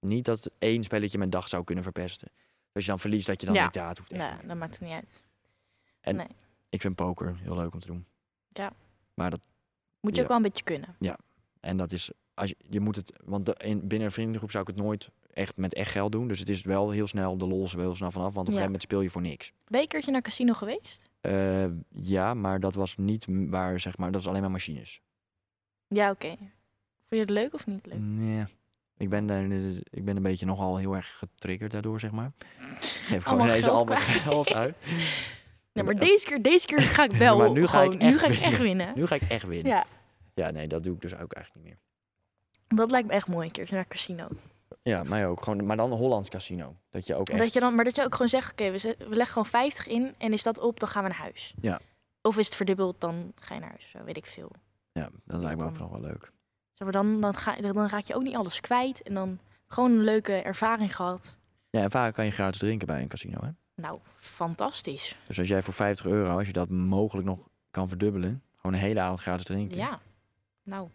S1: niet dat één spelletje mijn dag zou kunnen verpesten. Als je dan verliest, dat je dan
S2: Ja.
S1: denkt, ja, het hoeft echt niet.
S2: Nou, dat maakt het niet uit.
S1: Ik vind poker heel leuk om te doen.
S2: Ja.
S1: Maar dat,
S2: Moet je
S1: Ja.
S2: ook wel een beetje kunnen.
S1: en dat is, als je, je moet het, want de- in, binnen een vriendengroep zou ik het nooit echt met echt geld doen. Dus het is wel heel snel, de lol is er wel heel snel vanaf, want op een gegeven
S2: Ja.
S1: moment speel je voor niks.
S2: Ben je een keertje naar casino geweest?
S1: Eh, ja, maar dat was niet m- waar, zeg maar, dat was alleen maar machines.
S2: Ja, oké. Vond je het leuk of niet leuk?
S1: Nee. Ik ben, daar, dus, ik ben een beetje nogal heel erg getriggerd daardoor, zeg maar. Geef gewoon
S2: Allemaal
S1: ineens
S2: geld
S1: al mijn
S2: kwijt. [laughs]
S1: geld uit.
S2: Nee, maar deze keer, deze keer
S1: [laughs]
S2: ga ik wel.
S1: Maar nu ga ik
S2: gewoon- nu
S1: echt
S2: ga ik echt
S1: winnen.
S2: winnen.
S1: Nu ga ik echt winnen. Ja.
S2: Ja.
S1: nee, dat doe ik dus ook eigenlijk niet meer.
S2: Dat lijkt me echt mooi een keertje naar het casino.
S1: Ja, mij ook. Gewoon, maar dan een Hollands casino. Dat je ook echt...
S2: Dat je dan, maar dat je ook gewoon zegt, oké, we, zet- we leggen gewoon 50 in en is dat op, dan gaan we naar huis.
S1: Ja.
S2: Of is het verdubbeld, dan ga je naar huis. Zo weet ik veel.
S1: Ja, dat lijkt me ook
S2: dan-
S1: nog wel leuk.
S2: Zeg maar dan, dan, ga, dan raak je ook niet alles kwijt en dan gewoon een leuke ervaring gehad.
S1: Ja, en vaak kan je gratis drinken bij een casino, hè?
S2: Nou, fantastisch.
S1: Dus als jij voor 50 euro, als je dat mogelijk nog kan verdubbelen... gewoon een hele avond gratis drinken.
S2: Ja. Nou,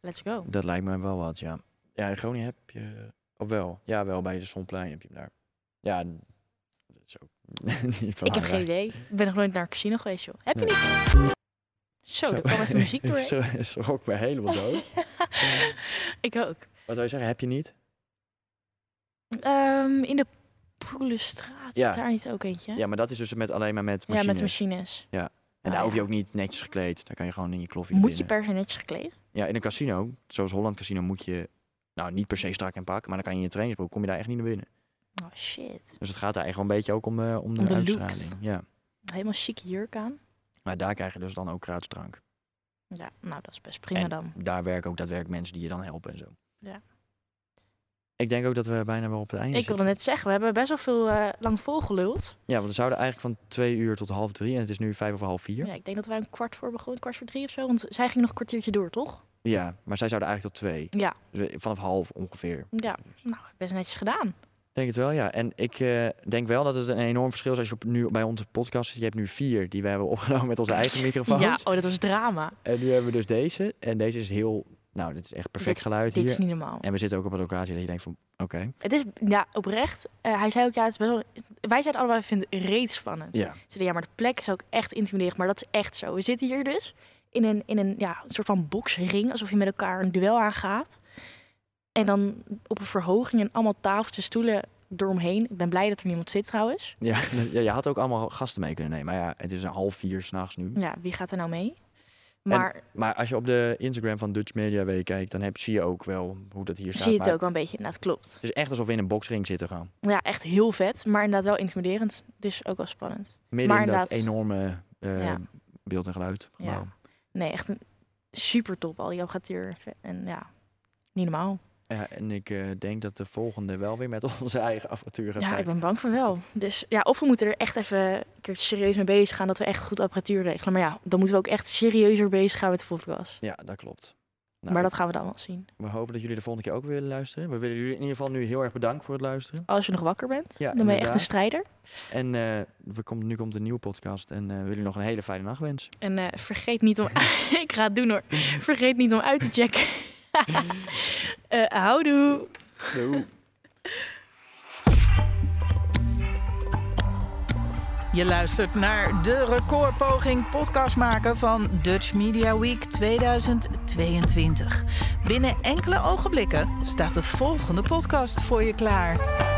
S2: let's go.
S1: Dat lijkt me wel wat, ja. Ja, in Groningen heb je... Of wel? Ja, wel, bij de Zonplein heb je hem daar. Ja, n- dat is ook [laughs] niet
S2: Ik heb geen
S1: belangrijk.
S2: idee. Ik ben nog nooit naar een casino geweest, joh. Heb je
S1: Nee.
S2: niet? Zo, er kwam even
S1: [laughs]
S2: muziek door.
S1: Zo, schrok me helemaal dood.
S2: [laughs] ik ook.
S1: Wat wil je zeggen, heb je niet?
S2: Ehm, in de Poelenstraat
S1: Ja.
S2: zit daar niet ook eentje?
S1: Ja, maar dat is dus met, alleen maar met machines.
S2: Ja, met machines.
S1: En daar
S2: Ah,
S1: hoef je
S2: ja.
S1: ook niet netjes gekleed. Daar kan je gewoon in je kloffie
S2: Moet je
S1: binnen.
S2: per se netjes gekleed?
S1: Ja, in een casino, zoals Holland Casino, moet je... Nou, niet per se strak en pak, maar dan kan je in je trainingsbroek, kom je daar echt niet naar binnen.
S2: Oh shit.
S1: Dus het gaat daar echt wel een beetje ook om, eh, om de,
S2: Om de looks.
S1: uitstraling. Ja.
S2: Helemaal chique jurk aan.
S1: Maar daar krijg je dus dan ook gratis drank.
S2: Ja, nou dat is best prima
S1: En-
S2: dan.
S1: Daar werken ook daadwerkelijk mensen die je dan helpen en zo.
S2: Ja.
S1: Ik denk ook dat we bijna wel op het einde
S2: Ik wilde
S1: zitten.
S2: net zeggen, we hebben best wel veel eh, lang volgeluld.
S1: Ja, want we zouden eigenlijk van twee uur tot half drie en het is nu vijf over half vier.
S2: Ja, ik denk dat wij een kwart voor begonnen, kwart voor drie of zo. Want zij ging nog een kwartiertje door, toch?
S1: Ja, maar zij zouden eigenlijk tot twee.
S2: Ja.
S1: Dus we- vanaf half ongeveer.
S2: Ja, nou, best netjes gedaan.
S1: Denk het wel, ja. En ik eh, denk wel dat het een enorm verschil is als je op, nu bij onze podcast zit. Je hebt nu vier die we hebben [laughs] opgenomen met onze eigen microfoons.
S2: Ja, oh, dat was drama.
S1: En nu hebben we dus deze. En deze is heel... Nou, dit is echt perfect
S2: Dit-
S1: geluid
S2: Dit
S1: hier.
S2: is niet normaal.
S1: En we zitten ook op een locatie dat je denkt van... Oké.
S2: Het is, ja, oprecht. Eh, hij zei ook, ja, het is best wel... Wij zeiden allebei, we vinden het reet spannend.
S1: Ja.
S2: Ze zeiden, ja, maar de plek is ook echt intimiderend. Maar dat is echt zo. We zitten hier dus in een, in een ja, een soort van boksring. Alsof je met elkaar een duel aangaat. En dan op een verhoging en allemaal tafeltjes, stoelen eromheen. Ik ben blij dat er niemand zit trouwens.
S1: Ja, [laughs] ja, je had ook allemaal gasten mee kunnen nemen. Maar ja, het is een half vier s'nachts nu.
S2: Ja, wie gaat er nou mee? Maar
S1: Maar als je op de Instagram van Dutch Media Week kijkt... dan heb, zie je ook wel hoe dat hier staat.
S2: zie je het
S1: Maar
S2: ook wel een beetje. Nou, het klopt.
S1: Het is echt alsof we in een boksring zitten gewoon.
S2: Ja, echt heel vet. Maar inderdaad wel intimiderend. Dus ook wel spannend.
S1: Midden
S2: Maar
S1: in dat
S2: inderdaad.
S1: enorme eh,
S2: Ja.
S1: beeld- en geluidgebouw.
S2: Nee, echt een super top. Al die apparatuur. En ja, niet normaal.
S1: Ja, en ik eh, denk dat de volgende wel weer met [laughs] onze eigen apparatuur gaat
S2: Ja,
S1: zijn.
S2: ik ben bang van wel. Dus ja, of we moeten er echt even een keertje serieus mee bezig gaan dat we echt goed apparatuur regelen. Maar ja, dan moeten we ook echt serieuzer bezig gaan met de podcast.
S1: Ja, dat klopt. Nou,
S2: maar dat gaan we dan wel zien.
S1: We hopen dat jullie de volgende keer ook weer willen luisteren. We willen jullie in ieder geval nu heel erg bedanken voor het luisteren.
S2: Als je nog wakker bent,
S1: Ja,
S2: dan ben je echt
S1: inderdaad.
S2: een strijder.
S1: En eh, we komt, nu komt een nieuwe podcast. En eh, we willen jullie nog een hele fijne nacht wensen.
S2: En eh, vergeet
S1: [laughs]
S2: niet om. [laughs] ik ga het doen hoor. Vergeet niet om uit te checken. [laughs] Eh houdoe.
S4: Je luistert naar de recordpoging podcast maken van Dutch Media Week 2022. Binnen enkele ogenblikken staat de volgende podcast voor je klaar.